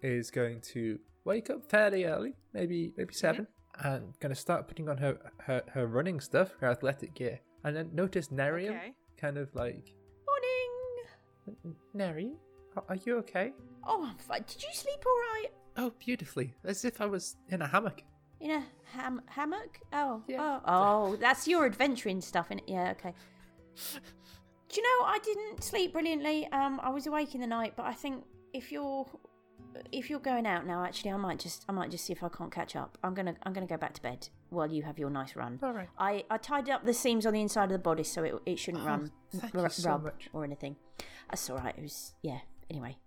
is going to wake up fairly early, maybe maybe 7 and going to start putting on her, her her running stuff, her athletic gear, and then notice Nerium
Okay.
kind of like
Morning.
Nerium, are- are you okay?
Oh, I'm fine. Did you sleep all right?
Oh, beautifully, as if I was in a hammock.
In a ham- hammock? Oh,
Yeah.
oh, oh, that's your adventuring stuff, in it? Yeah, okay. Do you know I didn't sleep brilliantly? Um, I was awake in the night, but I think if you're if you're going out now, actually, I might just I might just see if I can't catch up. I'm gonna I'm gonna go back to bed while you have your nice run.
All right.
I, I tidied up the seams on the inside of the bodice so it, it shouldn't
Oh,
run
thank
r-
you so
rub
much.
or anything. That's all right. It was yeah. Anyway.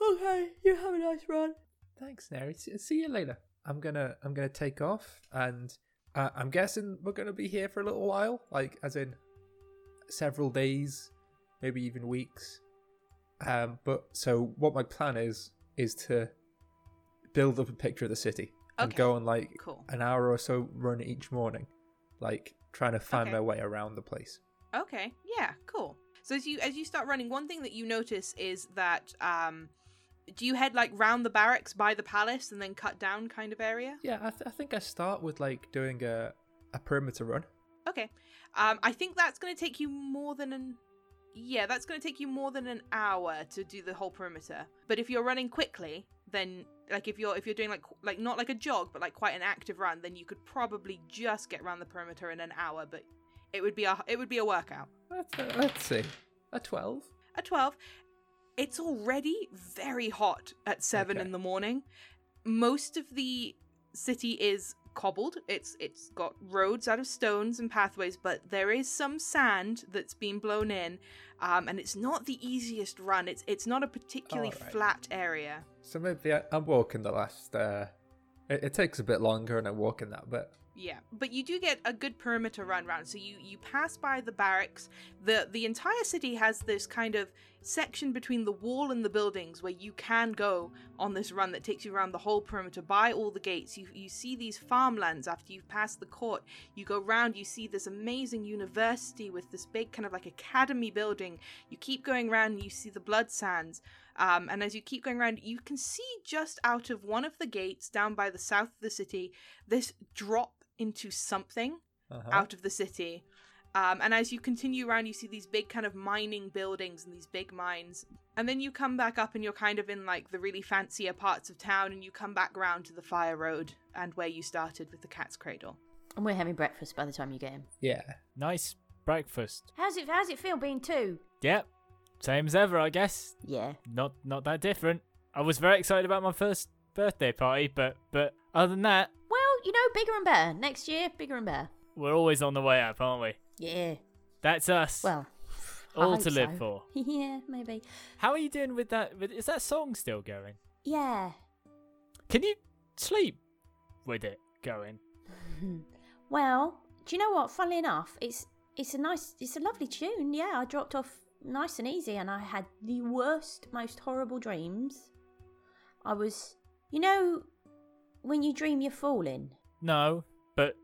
okay, you have a nice run.
Thanks, Neri. See, see you later. I'm gonna I'm gonna take off, and uh, I'm guessing we're gonna be here for a little while, like as in several days, maybe even weeks. Um, but so what my plan is is to build up a picture of the city and
Okay.
go on like
Cool.
an hour or so run each morning, like trying to find
Okay.
my way around the place.
Okay. Yeah. Cool. So as you as you start running, one thing that you notice is that um, do you head like round the barracks by the palace and then cut down kind of area?
Yeah, I, th- I think I start with like doing a a perimeter run.
Okay. Um, I think that's going to take you more than an. Yeah, that's going to take you more than an hour to do the whole perimeter. But if you're running quickly, then like if you're if you're doing like qu- like not like a jog, but like quite an active run, then you could probably just get around the perimeter in an hour. But it would be a it would be a workout.
Let's, let's see, a twelve.
at 12 it's already very hot at 7
Okay.
in the morning most of the city is cobbled it's it's got roads out of stones and pathways but there is some sand that's been blown in um, and it's not the easiest run it's it's not a particularly
All right.
flat area
So maybe I, I'm walking the last. Uh, it, it takes a bit longer, and I'm walking that bit.
Yeah, but you do get a good perimeter run round. So you you pass by the barracks. the The entire city has this kind of section between the wall and the buildings where you can go on this run that takes you around the whole perimeter by all the gates. You you see these farmlands after you've passed the court. You go round. You see this amazing university with this big kind of like academy building. You keep going round. and You see the blood sands. Um, and as you keep going around, you can see just out of one of the gates down by the south of the city this drop into something
Uh-huh.
out of the city. Um, and as you continue around, you see these big kind of mining buildings and these big mines. And then you come back up and you're kind of in like the really fancier parts of town, and you come back round to the fire road and where you started with the cat's cradle.
And we're having breakfast by the time you get him.
Yeah.
Nice breakfast.
How's it? How's it feel being two?
Yep. Same as ever, I guess.
Yeah.
Not not that different. I was very excited about my first birthday party, but but other than that,
Well, you know, bigger and better next year. Bigger and better.
we're always on the way up, aren't we?
Yeah.
That's us.
Well. I
All
hope
to live
so.
for.
yeah, maybe.
How are you doing with that? With, is that song still going?
Yeah.
Can you sleep with it going?
Well, do you know what? Funnily enough, it's it's a nice, it's a lovely tune. Yeah, I dropped off nice and easy, and I had the worst, most horrible dreams. I was, you know, when you dream you're falling.
No, but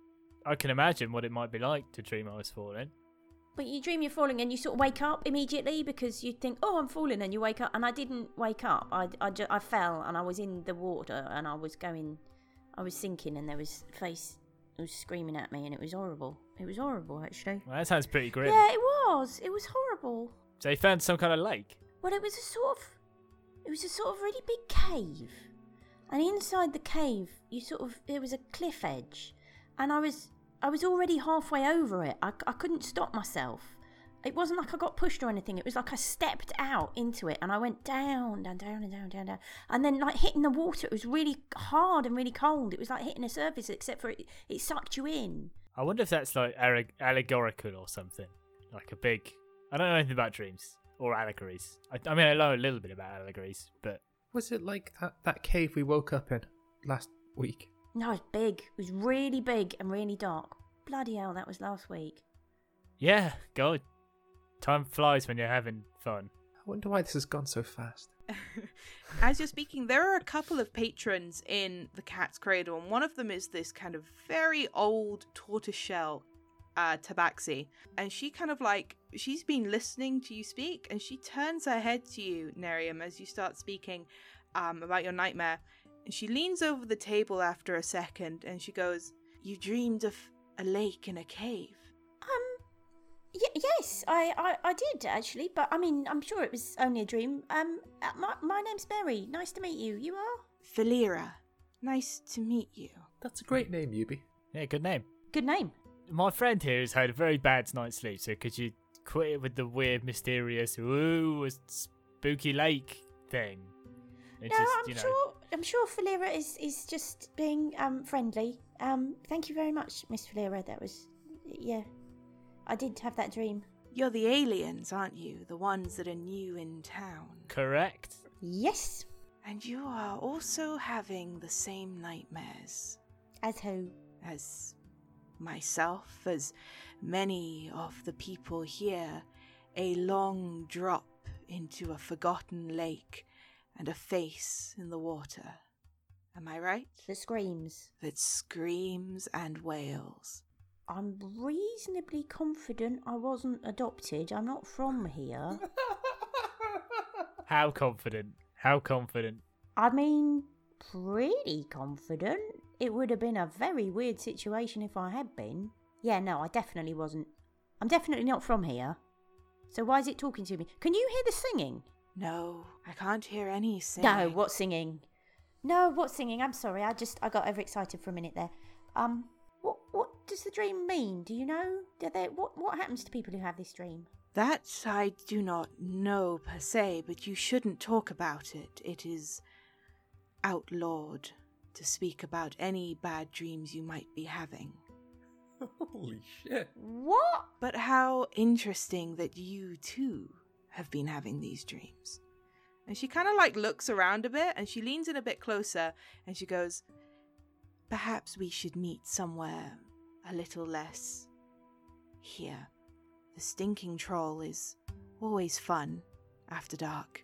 I can imagine what it might be like to dream I was falling.
But you dream you're falling and you sort of wake up immediately because you think, oh, I'm falling, and you wake up. And I didn't wake up. I, I, ju- I fell and I was in the water and I was going, I was sinking, and there was face was screaming at me, and it was horrible. It was horrible, actually.
Well, that sounds pretty grim.
Yeah, it was. It was horrible.
So you found some kind of lake.
Well, it was a sort of, it was a sort of really big cave, and inside the cave, you sort of there was a cliff edge, and I was I was already halfway over it. I, I couldn't stop myself. It wasn't like I got pushed or anything. It was like I stepped out into it and I went down, down, down, and down, down, down. And then, like, hitting the water, it was really hard and really cold. It was like hitting a surface, except for it, it sucked you in.
I wonder if that's like alleg- allegorical or something. Like a big. I don't know anything about dreams or allegories. I, I mean, I know a little bit about allegories, but
Was it like that, that cave we woke up in last week?
No, it was big. It was really big and really dark. Bloody hell, that was last week.
yeah, God. Time flies when you're having fun.
I wonder why this has gone so fast.
As you're speaking, there are a couple of patrons in the cat's cradle, and one of them is this kind of very old tortoiseshell uh, tabaxi. And she kind of like, she's been listening to you speak, and she turns her head to you, Nerium, as you start speaking um, about your nightmare. And she leans over the table after a second and she goes, You dreamed of a lake in a cave.
Um, y- yes, I, I, I did actually, but I mean, I'm sure it was only a dream. Um, uh, my, my name's Mary. Nice to meet you. You are?
Valera, nice to meet you.
That's a great name, Yubi.
Yeah, good name.
Good name.
My friend here has had a very bad night's sleep, so could you quit it with the weird, mysterious, ooh, a spooky lake thing? And
no, I'm sure. I'm sure Falira is is just being um friendly. Um, thank you very much, Miss Falira. That was, yeah, I did have that dream.
You're the aliens, aren't you? The ones that are new in town.
Correct.
Yes,
And you are also having the same nightmares
as who?
as myself, as many of the people here. A long drop into a forgotten lake and a face in the water. Am I right?
The screams.
That screams and wails.
I'm reasonably confident I wasn't adopted. I'm not from here.
How confident? How confident?
I mean, pretty confident. It would have been a very weird situation if I had been. Yeah, no, I definitely wasn't. I'm definitely not from here. So why is it talking to me? Can you hear the singing?
No, I can't hear any singing.
No, what singing? No, what singing? I'm sorry. I just I got overexcited for a minute there. Um, what what does the dream mean? Do you know? Do they, what what happens to people who have this dream?
That I do not know per se, but you shouldn't talk about it. It is outlawed to speak about any bad dreams you might be having.
Holy shit.
What?
But how interesting that you too have been having these dreams. And she kind of like looks around a bit and she leans in a bit closer and she goes, Perhaps we should meet somewhere a little less here. The stinking troll is always fun after dark.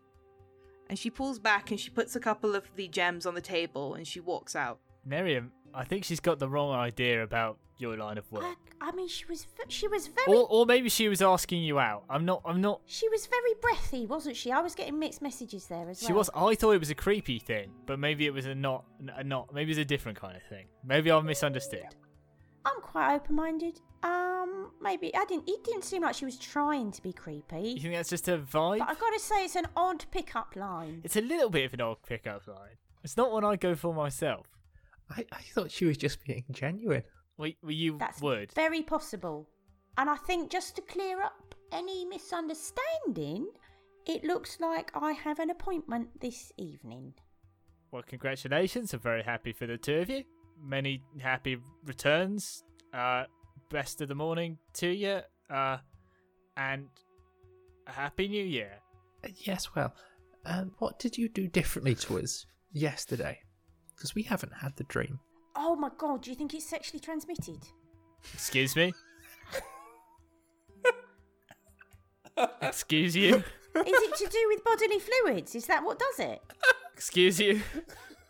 And she pulls back and she puts a couple of the gems on the table and she walks out.
Miriam, I think she's got the wrong idea about your line of work.
I, I mean, she was ve- she was very
Or, or maybe she was asking you out. I'm not. I'm not.
she was very breathy, wasn't she? I was getting mixed messages there as well.
She was. I thought it was a creepy thing, but maybe it was a not. A not. Maybe it's a different kind of thing. Maybe I've misunderstood.
I'm quite open-minded. Um, maybe I didn't. It didn't seem like she was trying to be
You
creepy.
think that's just a vibe?
But I gotta say, it's an odd pickup line.
It's a little bit of an odd pickup line. It's not one I go for myself.
I, I thought she was just being genuine.
Well, y- well, you
That's
would.
very possible. And I think just to clear up any misunderstanding, it looks like I have an appointment this evening.
Well, congratulations. I'm very happy for the two of you. Many happy returns. Uh, best of the morning to you. Uh, and a happy new year.
Uh, Yes, well, um, what did you do differently to us yesterday? Because we haven't had the dream.
Oh my god, do you think it's sexually transmitted?
Excuse me? Excuse you?
Is it to do with bodily fluids? Is that what does it?
Excuse you?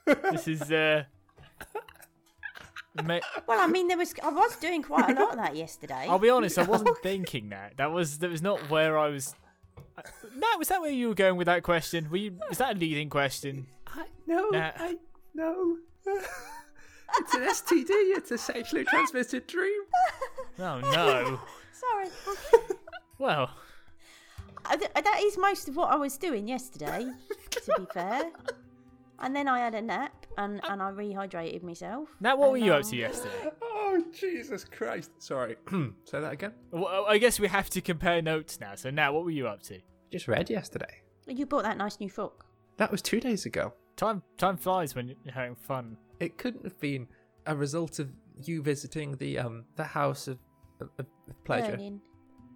This is, uh. Ma-
Well, I mean, there was I was doing quite a lot of that yesterday.
I'll be honest, I wasn't thinking that. That was that was not where I was. I- No, was that where you were going with that question? Were you, is that a leading question?
I, no,
Nah.
I no. it's an STD. It's a sexually transmitted dream.
Oh no.
Sorry.
Well,
I Uh, th- that is most of what I was doing yesterday, to be fair. And then I had a nap and, and I rehydrated myself.
Uh, Nat, what were
And,
you up
um,
to yesterday?
Oh Jesus Christ! Sorry. Say that again.
Well, I guess we have to compare notes now. So, Nat, what were you up to?
Just read yesterday.
You bought that nice new fork.
That was two days ago.
Time time flies when you're having fun.
It couldn't have been a result of you visiting the um the house of, of, of pleasure.
Learning.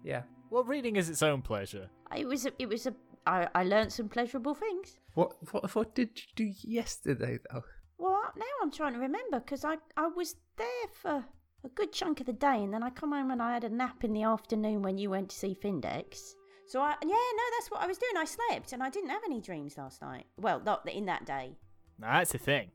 Yeah.
Well, reading is its own pleasure.
It was a, it was a I, I learned some pleasurable things.
What what what did you do yesterday though?
Well, I- now I'm trying to remember because I I was there for a good chunk of the day and then I come home and I had a nap in the afternoon when you went to see Findex. So I yeah no that's what I was doing. I slept and I didn't have any dreams last night. Well, not in that day.
Now, that's a thing.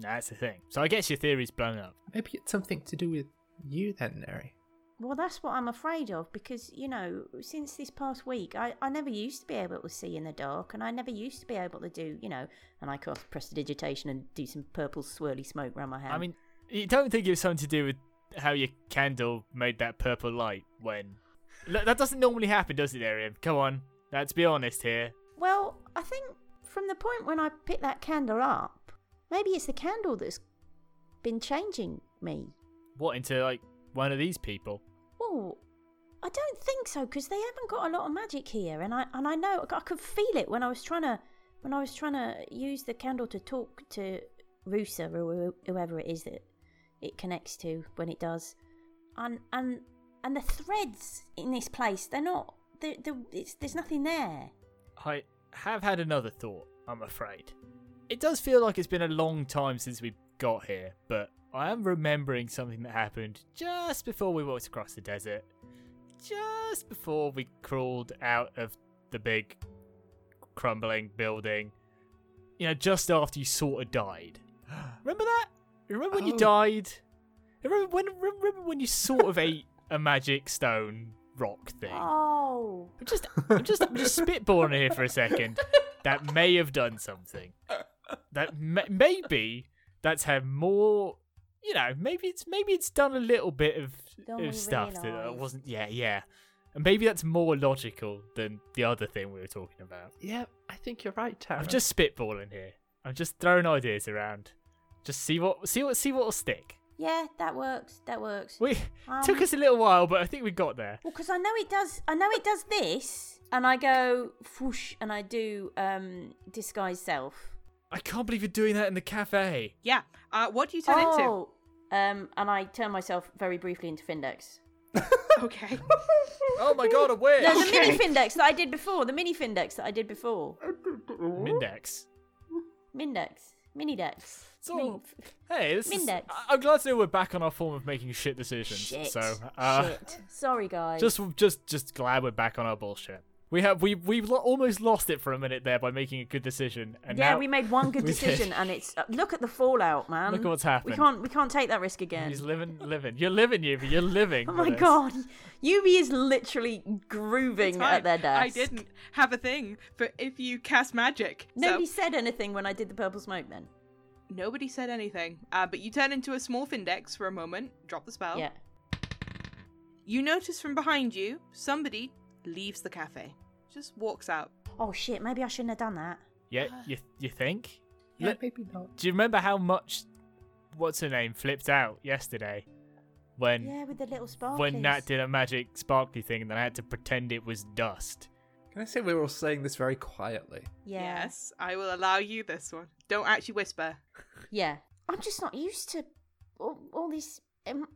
Now, that's a thing. So, I guess your theory's blown up.
Maybe it's something to do with you then, Neri.
Well, that's what I'm afraid of because, you know, since this past week, I, I never used to be able to see in the dark and I never used to be able to do, you know, and I could press the digitation and do some purple swirly smoke around my hand.
I mean, you don't think it was something to do with how your candle made that purple light when. Look, that doesn't normally happen, does it, Arian? Come on. Let's be honest here.
well, I think from the point when I picked that candle up, maybe it's the candle that's been changing me.
What, into like one of these people?
Well, I don't think so because they haven't got a lot of magic here, and I and I know I could feel it when I was trying to when I was trying to use the candle to talk to Rusa or who- whoever it is that it connects to when it does, and and and the threads in this place they're not the the it's there's nothing there.
I have had another thought, I'm afraid. It does feel like it's been a long time since we got here, but I am remembering something that happened just before we walked across the desert. Just before we crawled out of the big crumbling building. You know, just after you sort of died. Remember that? Remember when you
Oh.
died? Remember when, remember when you sort of ate a magic stone rock thing?
Oh,
I'm just, I'm just, I'm just spitballing here for a second. That may have done something. That may- maybe that's had more. You know, maybe it's maybe it's done a little bit of,
Then we
of stuff that I
realise.
wasn't. Yeah, yeah, and maybe that's more logical than the other thing we were talking about.
Yeah, I think you're right, Tara.
I'm just spitballing here. I'm just throwing ideas around. Just see what see what see what'll stick.
yeah, that works. That works.
We
Um,
took us a little while, but I think we got there.
Well, because I know it does. I know it does this, and I go whoosh, and I do um disguise self.
I can't believe you're doing that in the cafe.
Yeah. Uh, what do you turn
oh, um, and I turn myself very briefly into Findex.
into? Okay.
Oh my god, a witch!
No, the mini
Okay.
Findex that I did before. The mini Findex that I did before.
Mindex.
Mindex, mini Dex.
It's all- hey, this is,
Mindex.
I- I'm glad to know we're back on our form of making shit decisions.
Shit.
So, uh,
Shit. Sorry, guys.
just, just, just glad we're back on our bullshit. We have, we, we've lo- almost lost it for a minute there by making a good decision, and
yeah,
now
we made one good
we did.
decision, and it's uh, look at the fallout, man.
Look at what's happened.
We can't, we can't take that risk again.
He's living, living. You're living, Yubi. You're living.
Oh my
with us.
god, Yubi is literally
It's
grooving
fine.
at their desk.
I didn't have a thing for if you cast magic. so-
Nobody said anything when I did the purple smoke. Then
Nobody said anything. Uh, but you turn into a small Findex for a moment, drop the spell.
yeah,
You notice from behind you, somebody leaves the cafe. Just walks out.
Oh shit, maybe I shouldn't have done that.
Yeah, you, you think?
yeah,
Look-
maybe not.
Do you remember how much? What's her name? Flipped out yesterday, when
Yeah, with the little sparkles.
when Nat did a magic sparkly thing, and then I had to pretend it was dust.
Can I say we were all saying this very quietly?
Yeah.
Yes, I will allow you this one. Don't actually whisper.
Yeah. I'm just not used to all, all this. Um,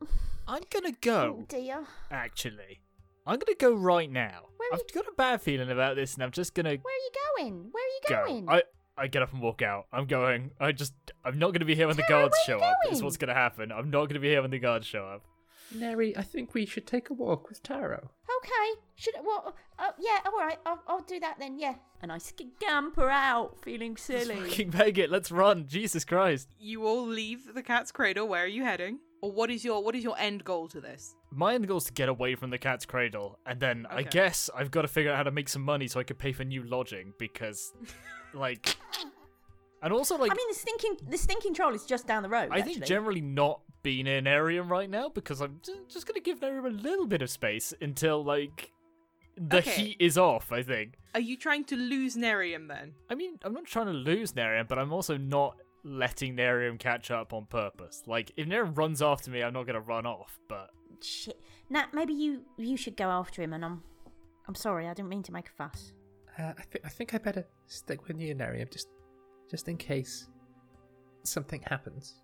I'm gonna
oh
go.
dear.
actually. I'm gonna go right now.
Where are
I've got a bad feeling about this, and I'm just gonna
Where are you going? Where
go.
are you going?
I I get up and walk out. I'm going. I just I'm not gonna be here when the
Tara,
guards
where
show
you
up. Is
going?
what's gonna happen. I'm not gonna be here when the guards show up.
Neri, I think we should take a walk with Taro.
Okay. Should well. Uh, yeah. All right. I'll, I'll do that then. Yeah. And I scamper out, feeling
Let's
silly.
fucking make it. Let's run. Jesus Christ.
You all leave the cat's cradle. Where are you heading? Or what is your what is your end goal to this?
My end goal is to get away from the cat's cradle, and then I
Okay.
guess I've got to figure out how to make some money so I could pay for new lodging because, like, and also like
I mean, the stinking the stinking troll is just down the road.
I think
Oh, actually.
generally not being in area right now because I'm ju- just gonna give Narim a little bit of space until like the
Okay.
heat is off. I think.
Are you trying to lose Nerium then?
I mean, I'm not trying to lose Nerium, but I'm also not letting Nerium catch up on purpose. Like, if Nerium runs after me, I'm not gonna run off. But
Shit. Nat, maybe you you should go after him. And I'm I'm sorry, I didn't mean to make a fuss.
Uh, I, th- I think I better stick with Neonarium just, just in case something happens.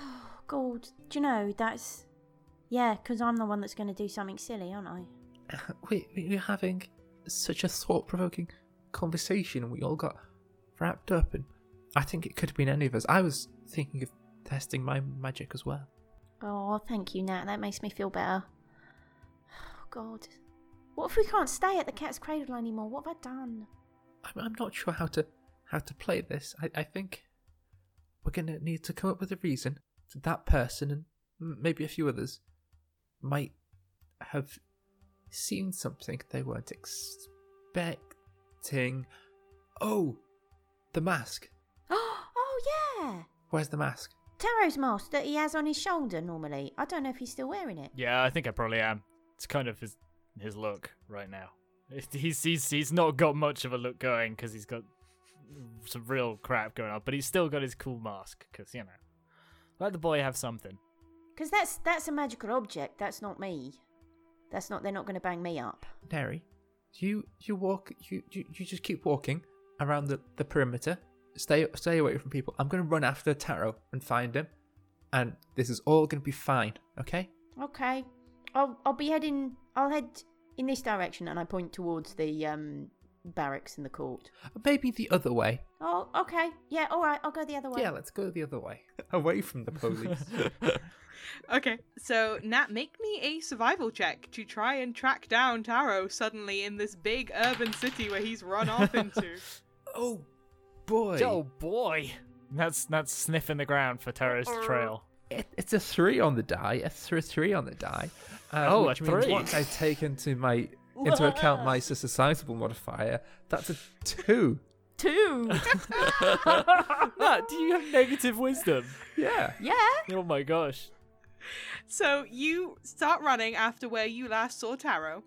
Oh, God, do you know that's yeah? Because I'm the one that's going to do something silly, aren't I?
Uh, we we were having such a thought-provoking conversation, and we all got wrapped up. And I think it could have been any of us. I was thinking of testing my magic as well.
Oh, thank you, Nat. That makes me feel better. Oh God, what if we can't stay at the cat's cradle anymore? What have I done?
I'm, I'm not sure how to how to play this. I, I think we're gonna need to come up with a reason that that person and m- maybe a few others might have seen something they weren't expecting. Oh, the mask.
Oh yeah,
Where's the mask?
Taro's mask that he has on his shoulder normally. I don't know if he's still wearing it.
yeah, I think I probably am. It's kind of his his look right now. He's he's he's not got much of a look going because he's got some real crap going on, but he's still got his cool mask because you know, let the boy have something.
Because that's that's a magical object. That's not me. That's not. They're not going to bang me up.
Neri, you you walk you you, you just keep walking around the, the perimeter. Stay stay away from people. I'm gonna run after Taro and find him, and this is all gonna be fine. Okay?
Okay, I'll I'll be heading. I'll head in this direction, and I point towards the um barracks in the court.
Maybe the other way.
Oh, okay. Yeah, all right. I'll go the other way.
Yeah, let's go the other way, away from the police.
Okay. So Nat, make me a survival check to try and track down Taro suddenly in this big urban city where he's run off into.
oh boy,
Oh boy, that's that's sniffing the ground for terrorist trail.
It, it's a three on the die. A th- three on the die. Uh,
Oh, a
which means
three.
Once I take into my into account my susceptible modifier, that's a two.
Two.
Matt, do you have negative wisdom?
Yeah.
yeah.
Oh my gosh.
So you start running after where you last saw Taro,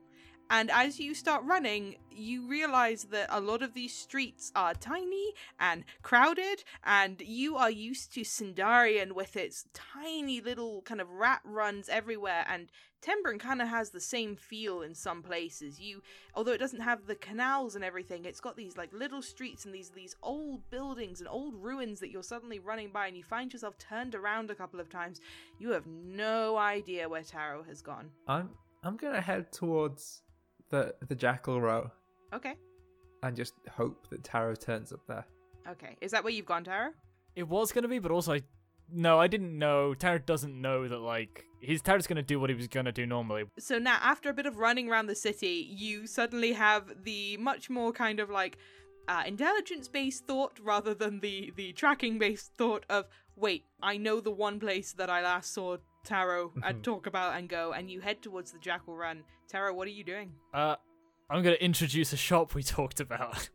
and as you start running, you realize that a lot of these streets are tiny and crowded, and you are used to Sindarian with its tiny little kind of rat runs everywhere, and Tembrin kind of has the same feel in some places. You, although it doesn't have the canals and everything, it's got these like little streets and these these old buildings and old ruins that you're suddenly running by, and you find yourself turned around a couple of times. You have no idea where Taro has gone.
I'm I'm gonna head towards the the jackal row
Okay,
and just hope that Taro turns up there.
okay. Is that where you've gone, Taro?
It was gonna be, but also I no, I didn't know. Tarot doesn't know that like his Tarot's gonna do what he was gonna do normally.
So now, after a bit of running around the city, you suddenly have the much more kind of like uh, intelligence-based thought rather than the the tracking-based thought of wait, I know the one place that I last saw Taro and talk about and go, and you head towards the Jackal Run. Taro, what are you doing?
Uh I'm gonna introduce a shop we talked about.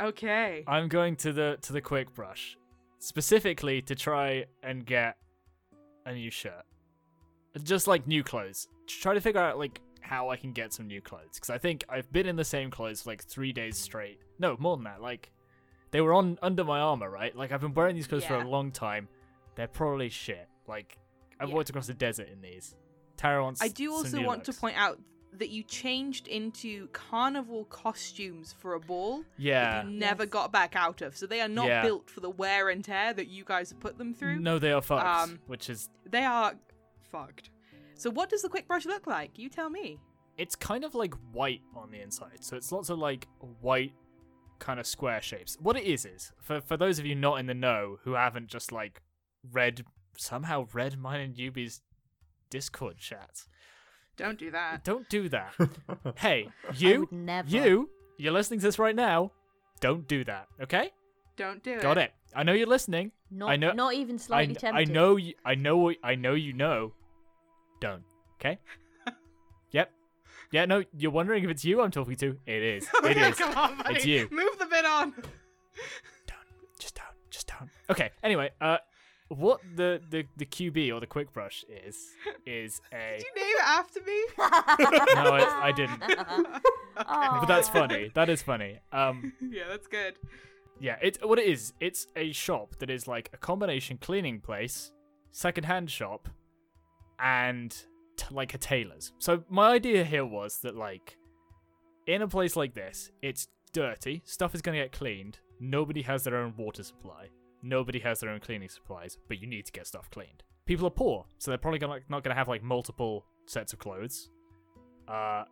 Okay.
I'm going to the to the quick brush. Specifically to try and get a new shirt. Just like new clothes. To try to figure out like how I can get some new clothes. Cause I think I've been in the same clothes for like three days straight. No, more than that, like they were on under my armor, right? Like I've been wearing these clothes
Yeah.
for a long time. They're probably shit. Like I've
Yeah.
walked across the desert in these. Tara wants.
I do
some
also
new
want to
looks.
point out that you changed into carnival costumes for a ball.
Yeah.
you never
Yes.
got back out of. So they are not
Yeah.
built for the wear and tear that you guys have put them through.
No, they are fucked.
Um,
which is
They are fucked. So what does the quick brush look like? You tell me.
it's kind of like white on the inside. So it's lots of like white kind of square shapes. What it is is for for those of you not in the know who haven't just like read somehow read mine and Yubi's Discord chat.
Don't do that.
Don't do that. hey, you
would never.
you you're listening to this right now. Don't do that, okay?
Don't do it.
Got it. I know you're listening.
Not,
I know.
not even
I,
slightly
I
tempted.
know. You, I know. I know. You know. Don't. Okay. yep. Yeah. No. You're wondering if it's you I'm talking to. It is. It
Okay,
is.
Come on, buddy.
It's you.
Move the bit on.
Just don't. Just don't. Okay. Anyway. Uh, what the the the QB or the quick brush is is a
Did you name it after me?
no. I, I didn't. But that's
Oh.
Aw.
funny. That is funny. Um.
yeah, that's good.
Yeah, it's what it is. It's a shop that is like a combination cleaning place, secondhand shop, and t- like a tailor's. So my idea here was that like in a place like this, it's dirty, stuff is going to get cleaned. Nobody has their own water supply. Nobody has their own cleaning supplies, but you need to get stuff cleaned. People are poor, so they're probably gonna, like, not going to have like multiple sets of clothes. Uh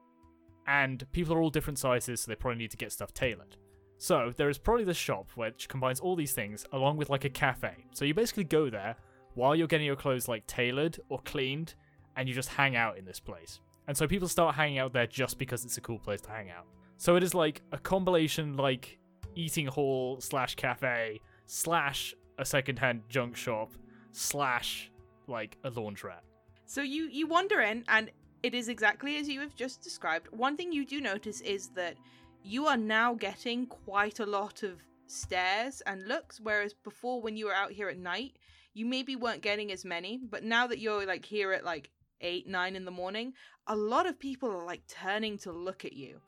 and people are all different sizes, so they probably need to get stuff tailored. So there is probably this shop which combines all these things along with like a cafe. So you basically go there while you're getting your clothes like tailored or cleaned, and you just hang out in this place. And so people start hanging out there just because it's a cool place to hang out. So it is like a combination like eating hall slash cafe slash a secondhand junk shop slash like a laundrette.
So you you wander in, and it is exactly as you have just described. One thing you do notice is that you are now getting quite a lot of stares and looks, whereas before, when you were out here at night, you maybe weren't getting as many. But now that you're like here at like eight, nine in the morning, a lot of people are like turning to look at you.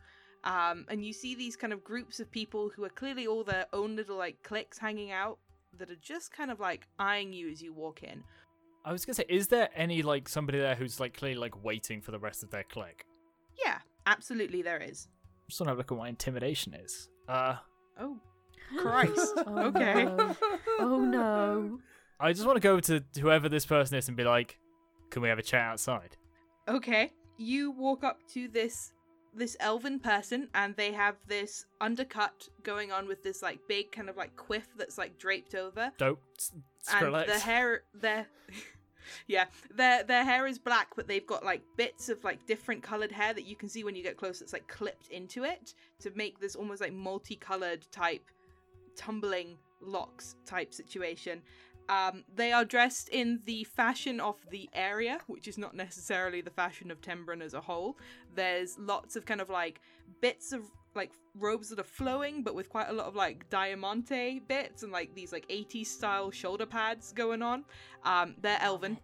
Um, and you see these kind of groups of people who are clearly all their own little like cliques hanging out that are just kind of like eyeing you as you walk in.
I was gonna say, is there any like somebody there who's like clearly like waiting for the rest of their clique?
Yeah, absolutely, there is.
I'm just trying to look at what intimidation is. Uh,
Oh, Christ.
Oh,
Okay.
no. Oh no.
I just want to go to whoever this person is and be like, "Can we have a chat outside?"
okay. You walk up to this this elven person and they have this undercut going on with this like big kind of like quiff that's like draped over
Dope. S-
and
Skrillex.
the hair their yeah their their hair is black but they've got like bits of like different colored hair that you can see when you get close it's like clipped into it to make this almost like multicolored type tumbling locks type situation um, they are dressed in the fashion of the area, which is not necessarily the fashion of Tembran as a whole. There's lots of kind of like bits of like robes that are flowing, but with quite a lot of like diamante bits and like these like 80s style shoulder pads going on. Um, they're elven.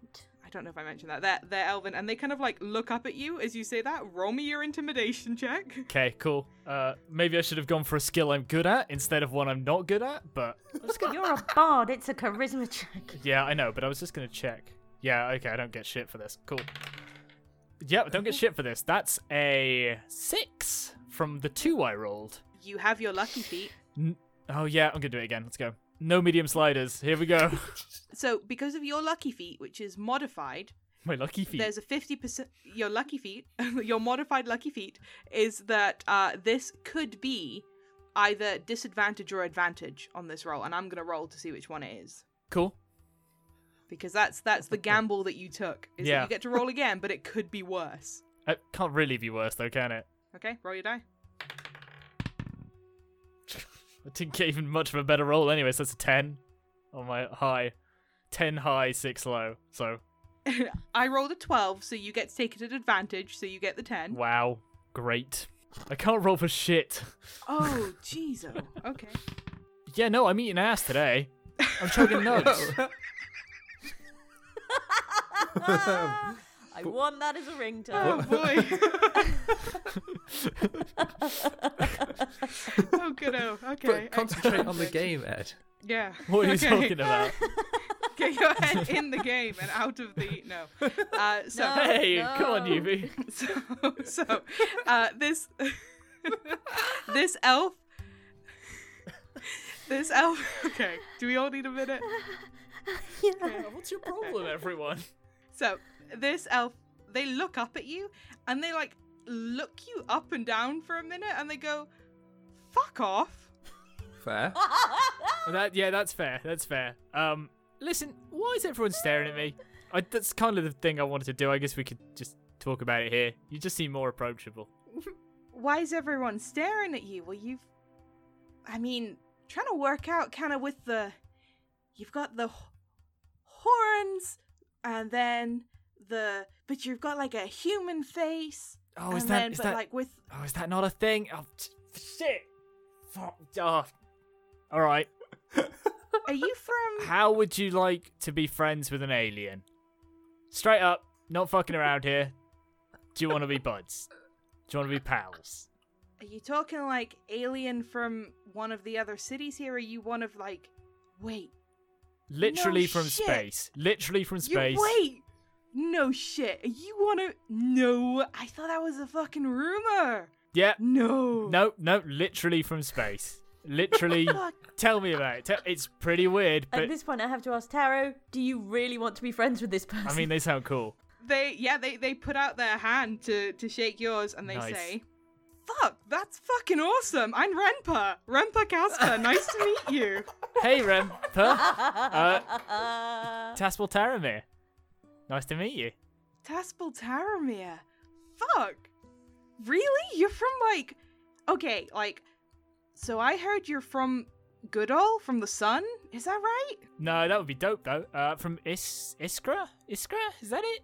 I don't know if I mentioned that. They're, they're elven, and they kind of like look up at you as you say that. Roll me your intimidation check.
Okay, cool. Uh, maybe I should have gone for a skill I'm good at instead of one I'm not good at. But
You're a bard. It's a charisma check.
yeah, I know. But I was just gonna check. Yeah, okay. I don't get shit for this. Cool. Yep, don't get shit for this. That's a six from the two I rolled.
You have your lucky feet.
N- oh yeah, I'm gonna do it again. Let's go. No medium sliders. Here we go.
So, because of your lucky feet, which is modified,
My lucky feet.
There's a fifty percent. Your lucky feet, your modified lucky feet, is that uh, this could be either disadvantage or advantage on this roll, and I'm gonna roll to see which one it is
Cool.
because that's that's the gamble that you took. Is that
Yeah.
you get to roll again, but it could be worse.
It can't really be worse though, can it?
Okay, roll your die.
I didn't get even much of a better roll anyway, so that's a 10 on my high. 10 high, 6 low. So,
I rolled a twelve, so you get to take it at advantage, so you get the ten.
wow. Great. I can't roll for shit.
Oh, jeez. Okay.
Yeah, no, I'm eating ass today. I'm chugging nugs.
I want that as a
Oh
ringtone.
boy. oh good. Oh, okay.
but concentrate on the
excellent.
game, Ed.
Yeah.
What are you
Okay.
talking about?
Get your head in the game and out of the no. Uh, so,
No.
Hey, come on,
no.
Yubi.
so, so, uh, this this elf, this elf. Okay, do we all need a minute?
What's your problem, everyone?
So this elf, they look up at you and they like look you up and down for a minute and they go, "Fuck off."
Fair.
That yeah, that's fair. That's fair. Um, listen, why is everyone staring at me? I, that's kind of the thing I wanted to do. I guess we could just talk about it here. You just seem more approachable.
Why is everyone staring at you? Well, you've. I mean, trying to work out kind of with the you've got the h- horns and then the but you've got like a human face.
Oh, is
and
that-
then,
is
but
that-
like with
Oh, is that not a thing? Oh, t- shit. Fuck. Oh. All right.
are you from
How would you like to be friends with an alien? Straight up, not fucking around here. Do you want to be buds? Do you want to be pals?
are you talking like alien from one of the other cities here? Are you one of like wait,
Literally
No
from
shit.
space. Literally from space.
You wait. No shit. You want to? No. I thought that was a fucking rumor.
Yeah.
No.
No, no, literally from space. Literally.
Fuck.
tell me about it. Tell- It's pretty weird,
At
but
this point, I have to ask Taro, do you really want to be friends with this person?
I mean, they sound cool.
They yeah they they put out their hand to to shake yours and they
Nice.
say, "Fuck, that's fucking awesome." I'm Renpa. Renpa Casper. nice to meet you.
Hey, Rem. Huh? Uh, Taspel Taramir. Nice to meet you.
Taspel Taramir. Fuck. Really? You're from like Okay, like so I heard you're from Goodall from the sun? Is that right?
No, that would be dope though. Uh, from Is Iskra? Iskra? Is that it?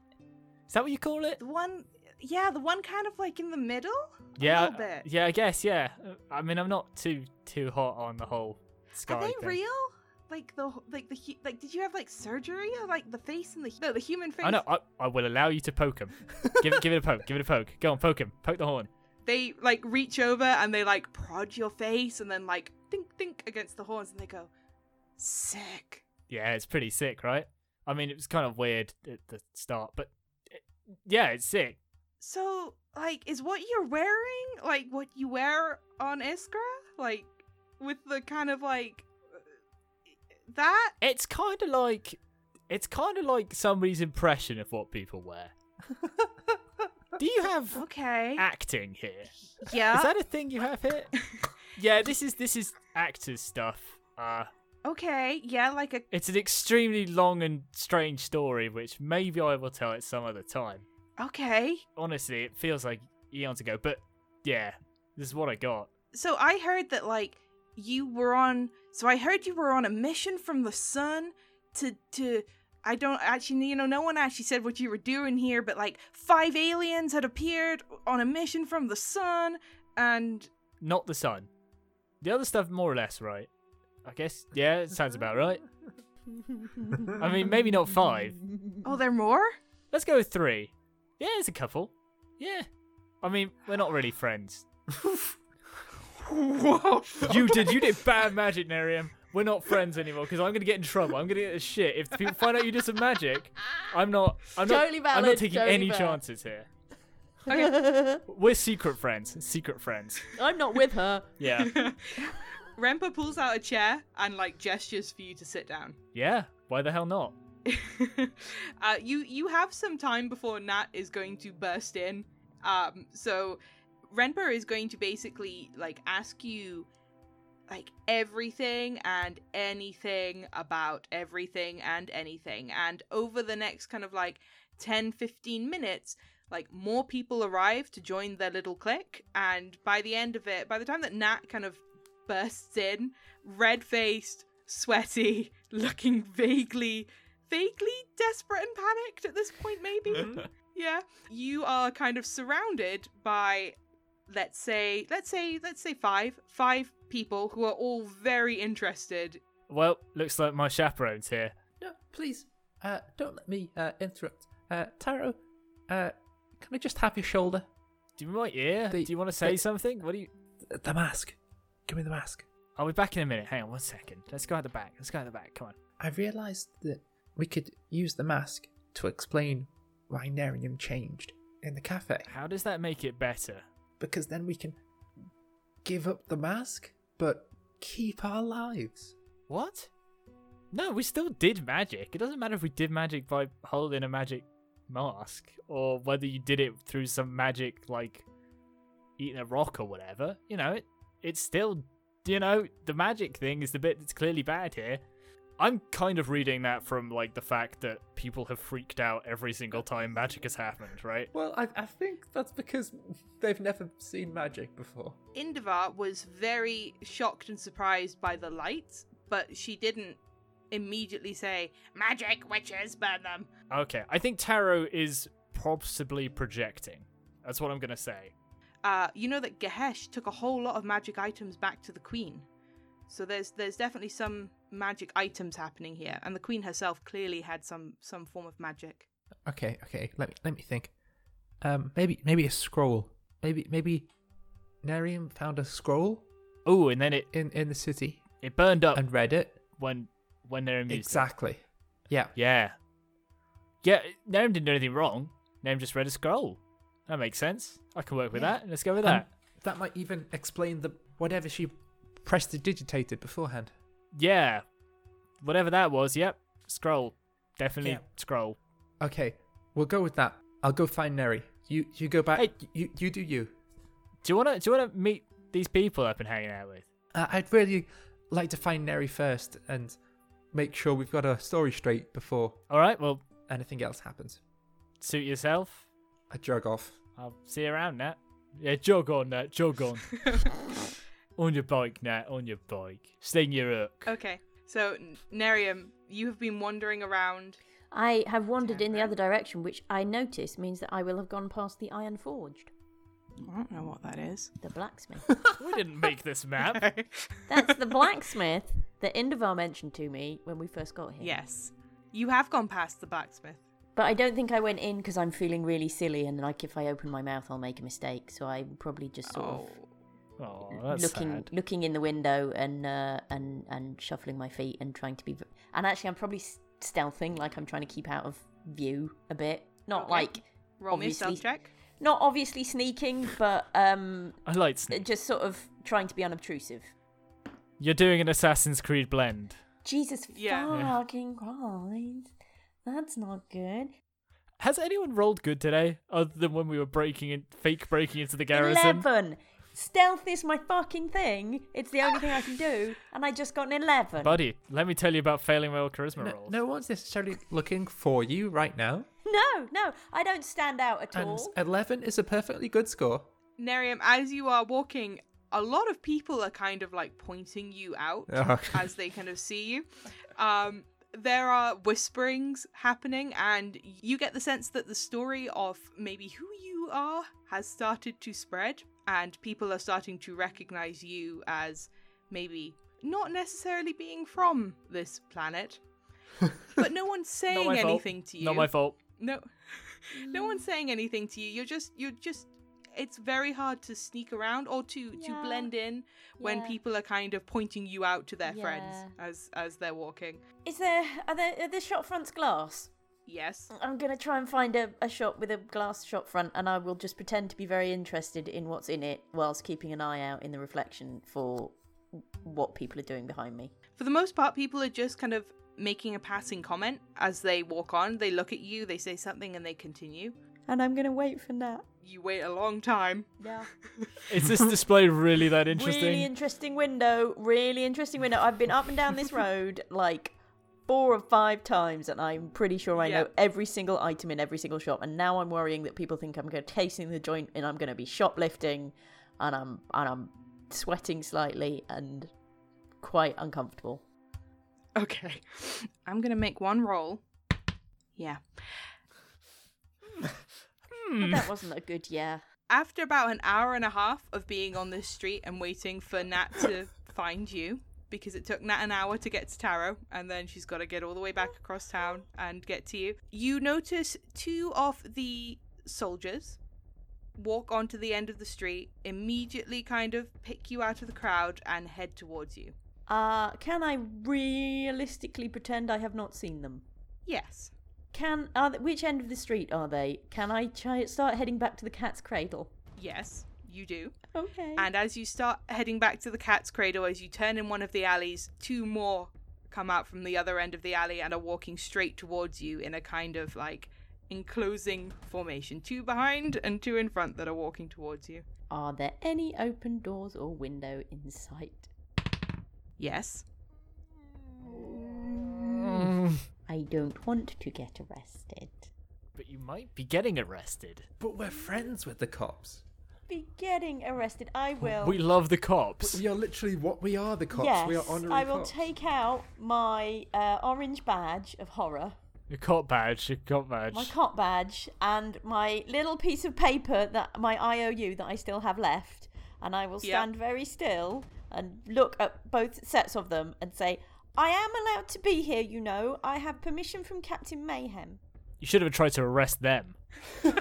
Is that what you call it?
The one yeah, the one kind of like in the middle?
yeah,
A little bit.
yeah. I guess. Yeah. Uh, I mean, I'm not too too hot on the whole sky.
Are they
thing.
real? Like the like the hu- like did you have like surgery or like the face and the no, the human face?
I know. I, I will allow you to poke him. give it, give it a poke. Give it a poke. Go on, poke him. Poke the horn.
They like reach over and they like prod your face and then like think think against the horns and they go sick.
Yeah, it's pretty sick, right? I mean, it was kind of weird at the start, but it, yeah, it's sick.
So, like, is what you're wearing like what you wear on Iskra? Like, with the kind of like uh, that?
It's kind of like it's kind of like somebody's impression of what people wear. Do you have
Okay.
Uh, acting here?
yeah.
Is that a thing you have here? yeah, this is this is actors stuff. Uh
okay. Yeah, like a.
it's an extremely long and strange story, which maybe I will tell at some other time.
Okay.
Honestly, it feels like eons ago, but yeah, this is what I got.
So I heard that like you were on. So I heard you were on a mission from the sun to to. I don't actually, you know, no one actually said what you were doing here, but like five aliens had appeared on a mission from the sun, and
Not the sun. The other stuff, more or less, right? I guess. Yeah, it sounds about right. I mean, maybe not five.
oh, there are more.
Let's go with three. Yeah, it's a couple. Yeah. I mean, we're not really friends. You did. You did bad magic, Nerium. We're not friends anymore because I'm gonna get in trouble. I'm gonna get this shit. If people find out you did some magic, I'm not. I'm not.
Totally
I'm not
valid,
taking
totally
any
valid.
chances here. We're secret friends. Secret friends.
I'm not with her.
Yeah.
Rempa pulls out a chair and like gestures for you to sit down.
yeah. Why the hell not?
uh, you you have some time before Nat is going to burst in. Um, so Renpa is going to basically like ask you like everything and anything about everything and anything and over the next kind of like 10 15 minutes like more people arrive to join their little clique and by the end of it by the time that Nat kind of bursts in red-faced sweaty looking vaguely vaguely desperate and panicked at this point, maybe. yeah, you are kind of surrounded by, let's say, let's say, let's say five, five people who are all very interested.
Well, looks like my chaperone's here.
No, please, uh, don't let me uh, interrupt. Uh, Taro, uh, can I just have your shoulder?
Do you want my ear?
The-
Do you want to say
the-
something? What do you?
Th- The mask. Give me the mask.
I'll be back in a minute. Hang on one second. Let's go at the back. Let's go at the back. Come on.
I realised that we could use the mask to explain why Nerium changed in the cafe.
How does that make it better?
Because then we can give up the mask, but keep our lives.
What? No, we still did magic. It doesn't matter if we did magic by holding a magic mask or whether you did it through some magic like eating a rock or whatever. You know, it, it's still, you know, the magic thing is the bit that's clearly bad here. I'm kind of reading that from like the fact that people have freaked out every single time magic has happened, right?
Well, I, I think that's because they've never seen magic before.
Indivar was very shocked and surprised by the lights, but she didn't immediately say, Magic witches, burn them.
Okay, I think Tarot is possibly projecting. That's what I'm gonna say.
Uh, you know that Gehesh took a whole lot of magic items back to the Queen. So there's there's definitely some magic items happening here, and the Queen herself clearly had some some form of magic.
Okay, okay. Let me let me think. Um, maybe maybe a scroll. Maybe maybe Nerium found a scroll
Oh, and then it
in in the city
it burned up
and read it.
when when Nerym used it.
Exactly. Yeah.
Yeah, yeah. Nerym didn't do anything wrong. Nerym just read a scroll. That makes sense. I can work with
Yeah.
that. Let's go with
And
that.
that might even explain the whatever she prestidigitated beforehand.
yeah, whatever that was. Yep, scroll. Definitely
Yeah.
scroll.
Okay, we'll go with that. I'll go find Neri. You you go back.
Hey.
You you do you.
Do you wanna do you wanna meet these people I've been hanging out with?
Uh, I'd really like to find Neri first and make sure we've got our story straight before
All right. Well,
anything else happens.
suit yourself.
I jog off.
I'll see you around, Nat. Yeah, jog on, Nat. Jog on. on your bike, Nat. On your bike. Sling your hook.
Okay, so N- Nerium, you have been wandering around.
I have wandered in the other direction, which I notice means that I will have gone past the Iron Forged,
I don't know what that is.
the blacksmith.
We didn't make this map.
That's the blacksmith that Indivar mentioned to me when we first got here.
Yes, you have gone past the blacksmith.
But I don't think I went in because I'm feeling really silly and like if I open my mouth I'll make a mistake. So I'm probably just sort
Oh,
Oh,
of
that's
looking
sad.
looking in the window and uh, and and shuffling my feet and trying to be v- and actually I'm probably s- stealthing like I'm trying to keep out of view a bit. Not
Okay.
like
roll me a
obviously-
stealth check.
not obviously sneaking, but um
I like Snake.
just sort of trying to be unobtrusive.
You're doing an Assassin's Creed blend.
Jesus
Yeah.
Yeah.
fucking Christ. That's not good.
Has anyone rolled good today, other than when we were breaking in, fake breaking into the garrison?
11. Stealth is my fucking thing. It's the only thing I can do, and I just got an 11.
Buddy, let me tell you about failing my charisma
No,
rolls.
no one's necessarily looking for you right now.
No, no, I don't stand out at
And
all.
eleven is a perfectly good score.
Nerium, as you are walking, a lot of people are kind of like pointing you out
Oh.
as they kind of see you. Um, there are whisperings happening, and you get the sense that the story of maybe who you are has started to spread, and people are starting to recognize you as maybe not necessarily being from this planet. but no one's saying
my fault.
anything to you.
Not my fault.
No, no one's
Mm.
saying anything to you. You're just, you're just. It's very hard to sneak around or to to
Yeah.
blend in when
Yeah.
people are kind of pointing you out to their friends
Yeah.
as as they're walking.
Is there are there are the shop fronts glass?
Yes.
I'm gonna try and find a, a shop with a glass shop front, and I will just pretend to be very interested in what's in it, whilst keeping an eye out in the reflection for what people are doing behind me.
For the most part, people are just kind of making a passing comment as they walk on. They look at you, they say something, and they continue.
And I'm gonna wait for that.
You wait a long time.
Yeah.
Is this display really that interesting?
Really interesting window. Really interesting window. I've been up and down this road like four or five times, and I'm pretty sure I know
Yeah.
every single item in every single shop. And now I'm worrying that people think I'm going to casing the joint, and I'm going to be shoplifting, and I'm and I'm sweating slightly and quite uncomfortable.
Okay. I'm gonna make one roll. Yeah.
But that wasn't a good yeah.
After about an hour and a half of being on this street and waiting for Nat to find you, because it took Nat an hour to get to Taro, and then she's got to get all the way back across town and get to you, you notice two of the soldiers walk onto the end of the street, immediately kind of pick you out of the crowd and head towards you.
Uh, can I realistically pretend I have not seen them?
Yes.
Can are th- which end of the street are they? Can I try, start heading back to the cat's cradle?
Yes, you do.
Okay.
And as you start heading back to the cat's cradle, as you turn in one of the alleys, two more come out from the other end of the alley and are walking straight towards you in a kind of like enclosing formation. Two behind and two in front that are walking towards you.
Are there any open doors or window in sight?
Yes.
I don't want to get arrested.
But you might be getting arrested.
But we're friends with the cops.
Be getting arrested. I will.
We love the cops.
We are literally what we are the cops.
yes,
we are honorary
I will
cops.
take out my uh, orange badge of horror,
A cop badge, a cop badge.
my cop badge, and my little piece of paper that my IOU that I still have left, and I will
Yeah.
stand very still and look at both sets of them and say, "I am allowed to be here. You know, I have permission from Captain Mayhem."
You should have tried to arrest them.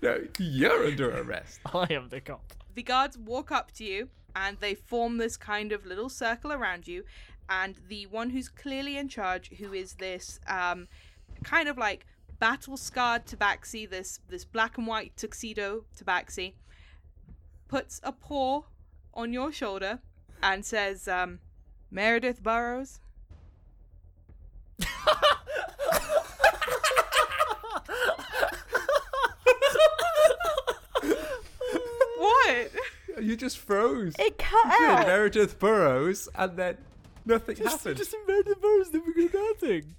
No, you're under arrest.
I am the cop.
The guards walk up to you and they form this kind of little circle around you. And the one who's clearly in charge, who is this um, kind of like battle scarred tabaxi, this this black and white tuxedo tabaxi, puts a paw on your shoulder and says, um, "Meredith Burrows." What?
You just froze.
It cut out.
Meredith Burrows, and then nothing happened.
invent the verse that we nothing.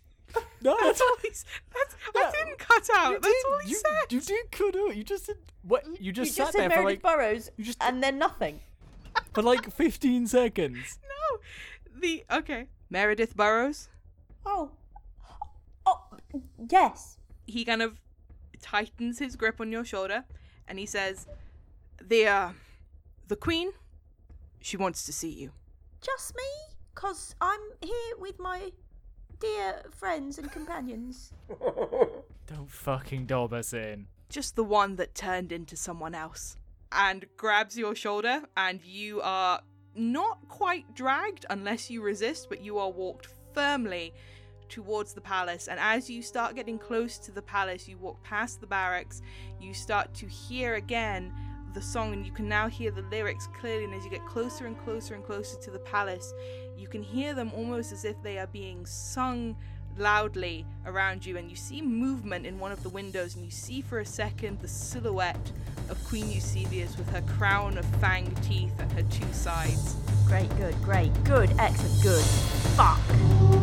No,
That's all he's. That's, I didn't cut out. That's all he
you,
said.
You did cut out. You just did. What? You just
you
sat
just
there
said
for
Meredith
like
Burrows,
you just-
and then nothing.
for like 15 seconds.
No. The okay. Meredith Burrows.
Oh, oh, yes.
He kind of tightens his grip on your shoulder, and he says, "The uh, the Queen, she wants to see you."
Just me? Because I'm here with my dear friends and companions.
Don't fucking dob us in.
Just the one that turned into someone else, and grabs your shoulder, and you are not quite dragged unless you resist, but you are walked firmly towards the palace. And as you start getting close to the palace, you walk past the barracks, you start to hear again the song, and you can now hear the lyrics clearly. And as you get closer and closer and closer to the palace, you can hear them almost as if they are being sung loudly around you. And you see movement in one of the windows, and you see for a second the silhouette of Queen Eusebius with her crown of fanged teeth at her two sides.
Great, good, great, good, excellent, good. Fuck.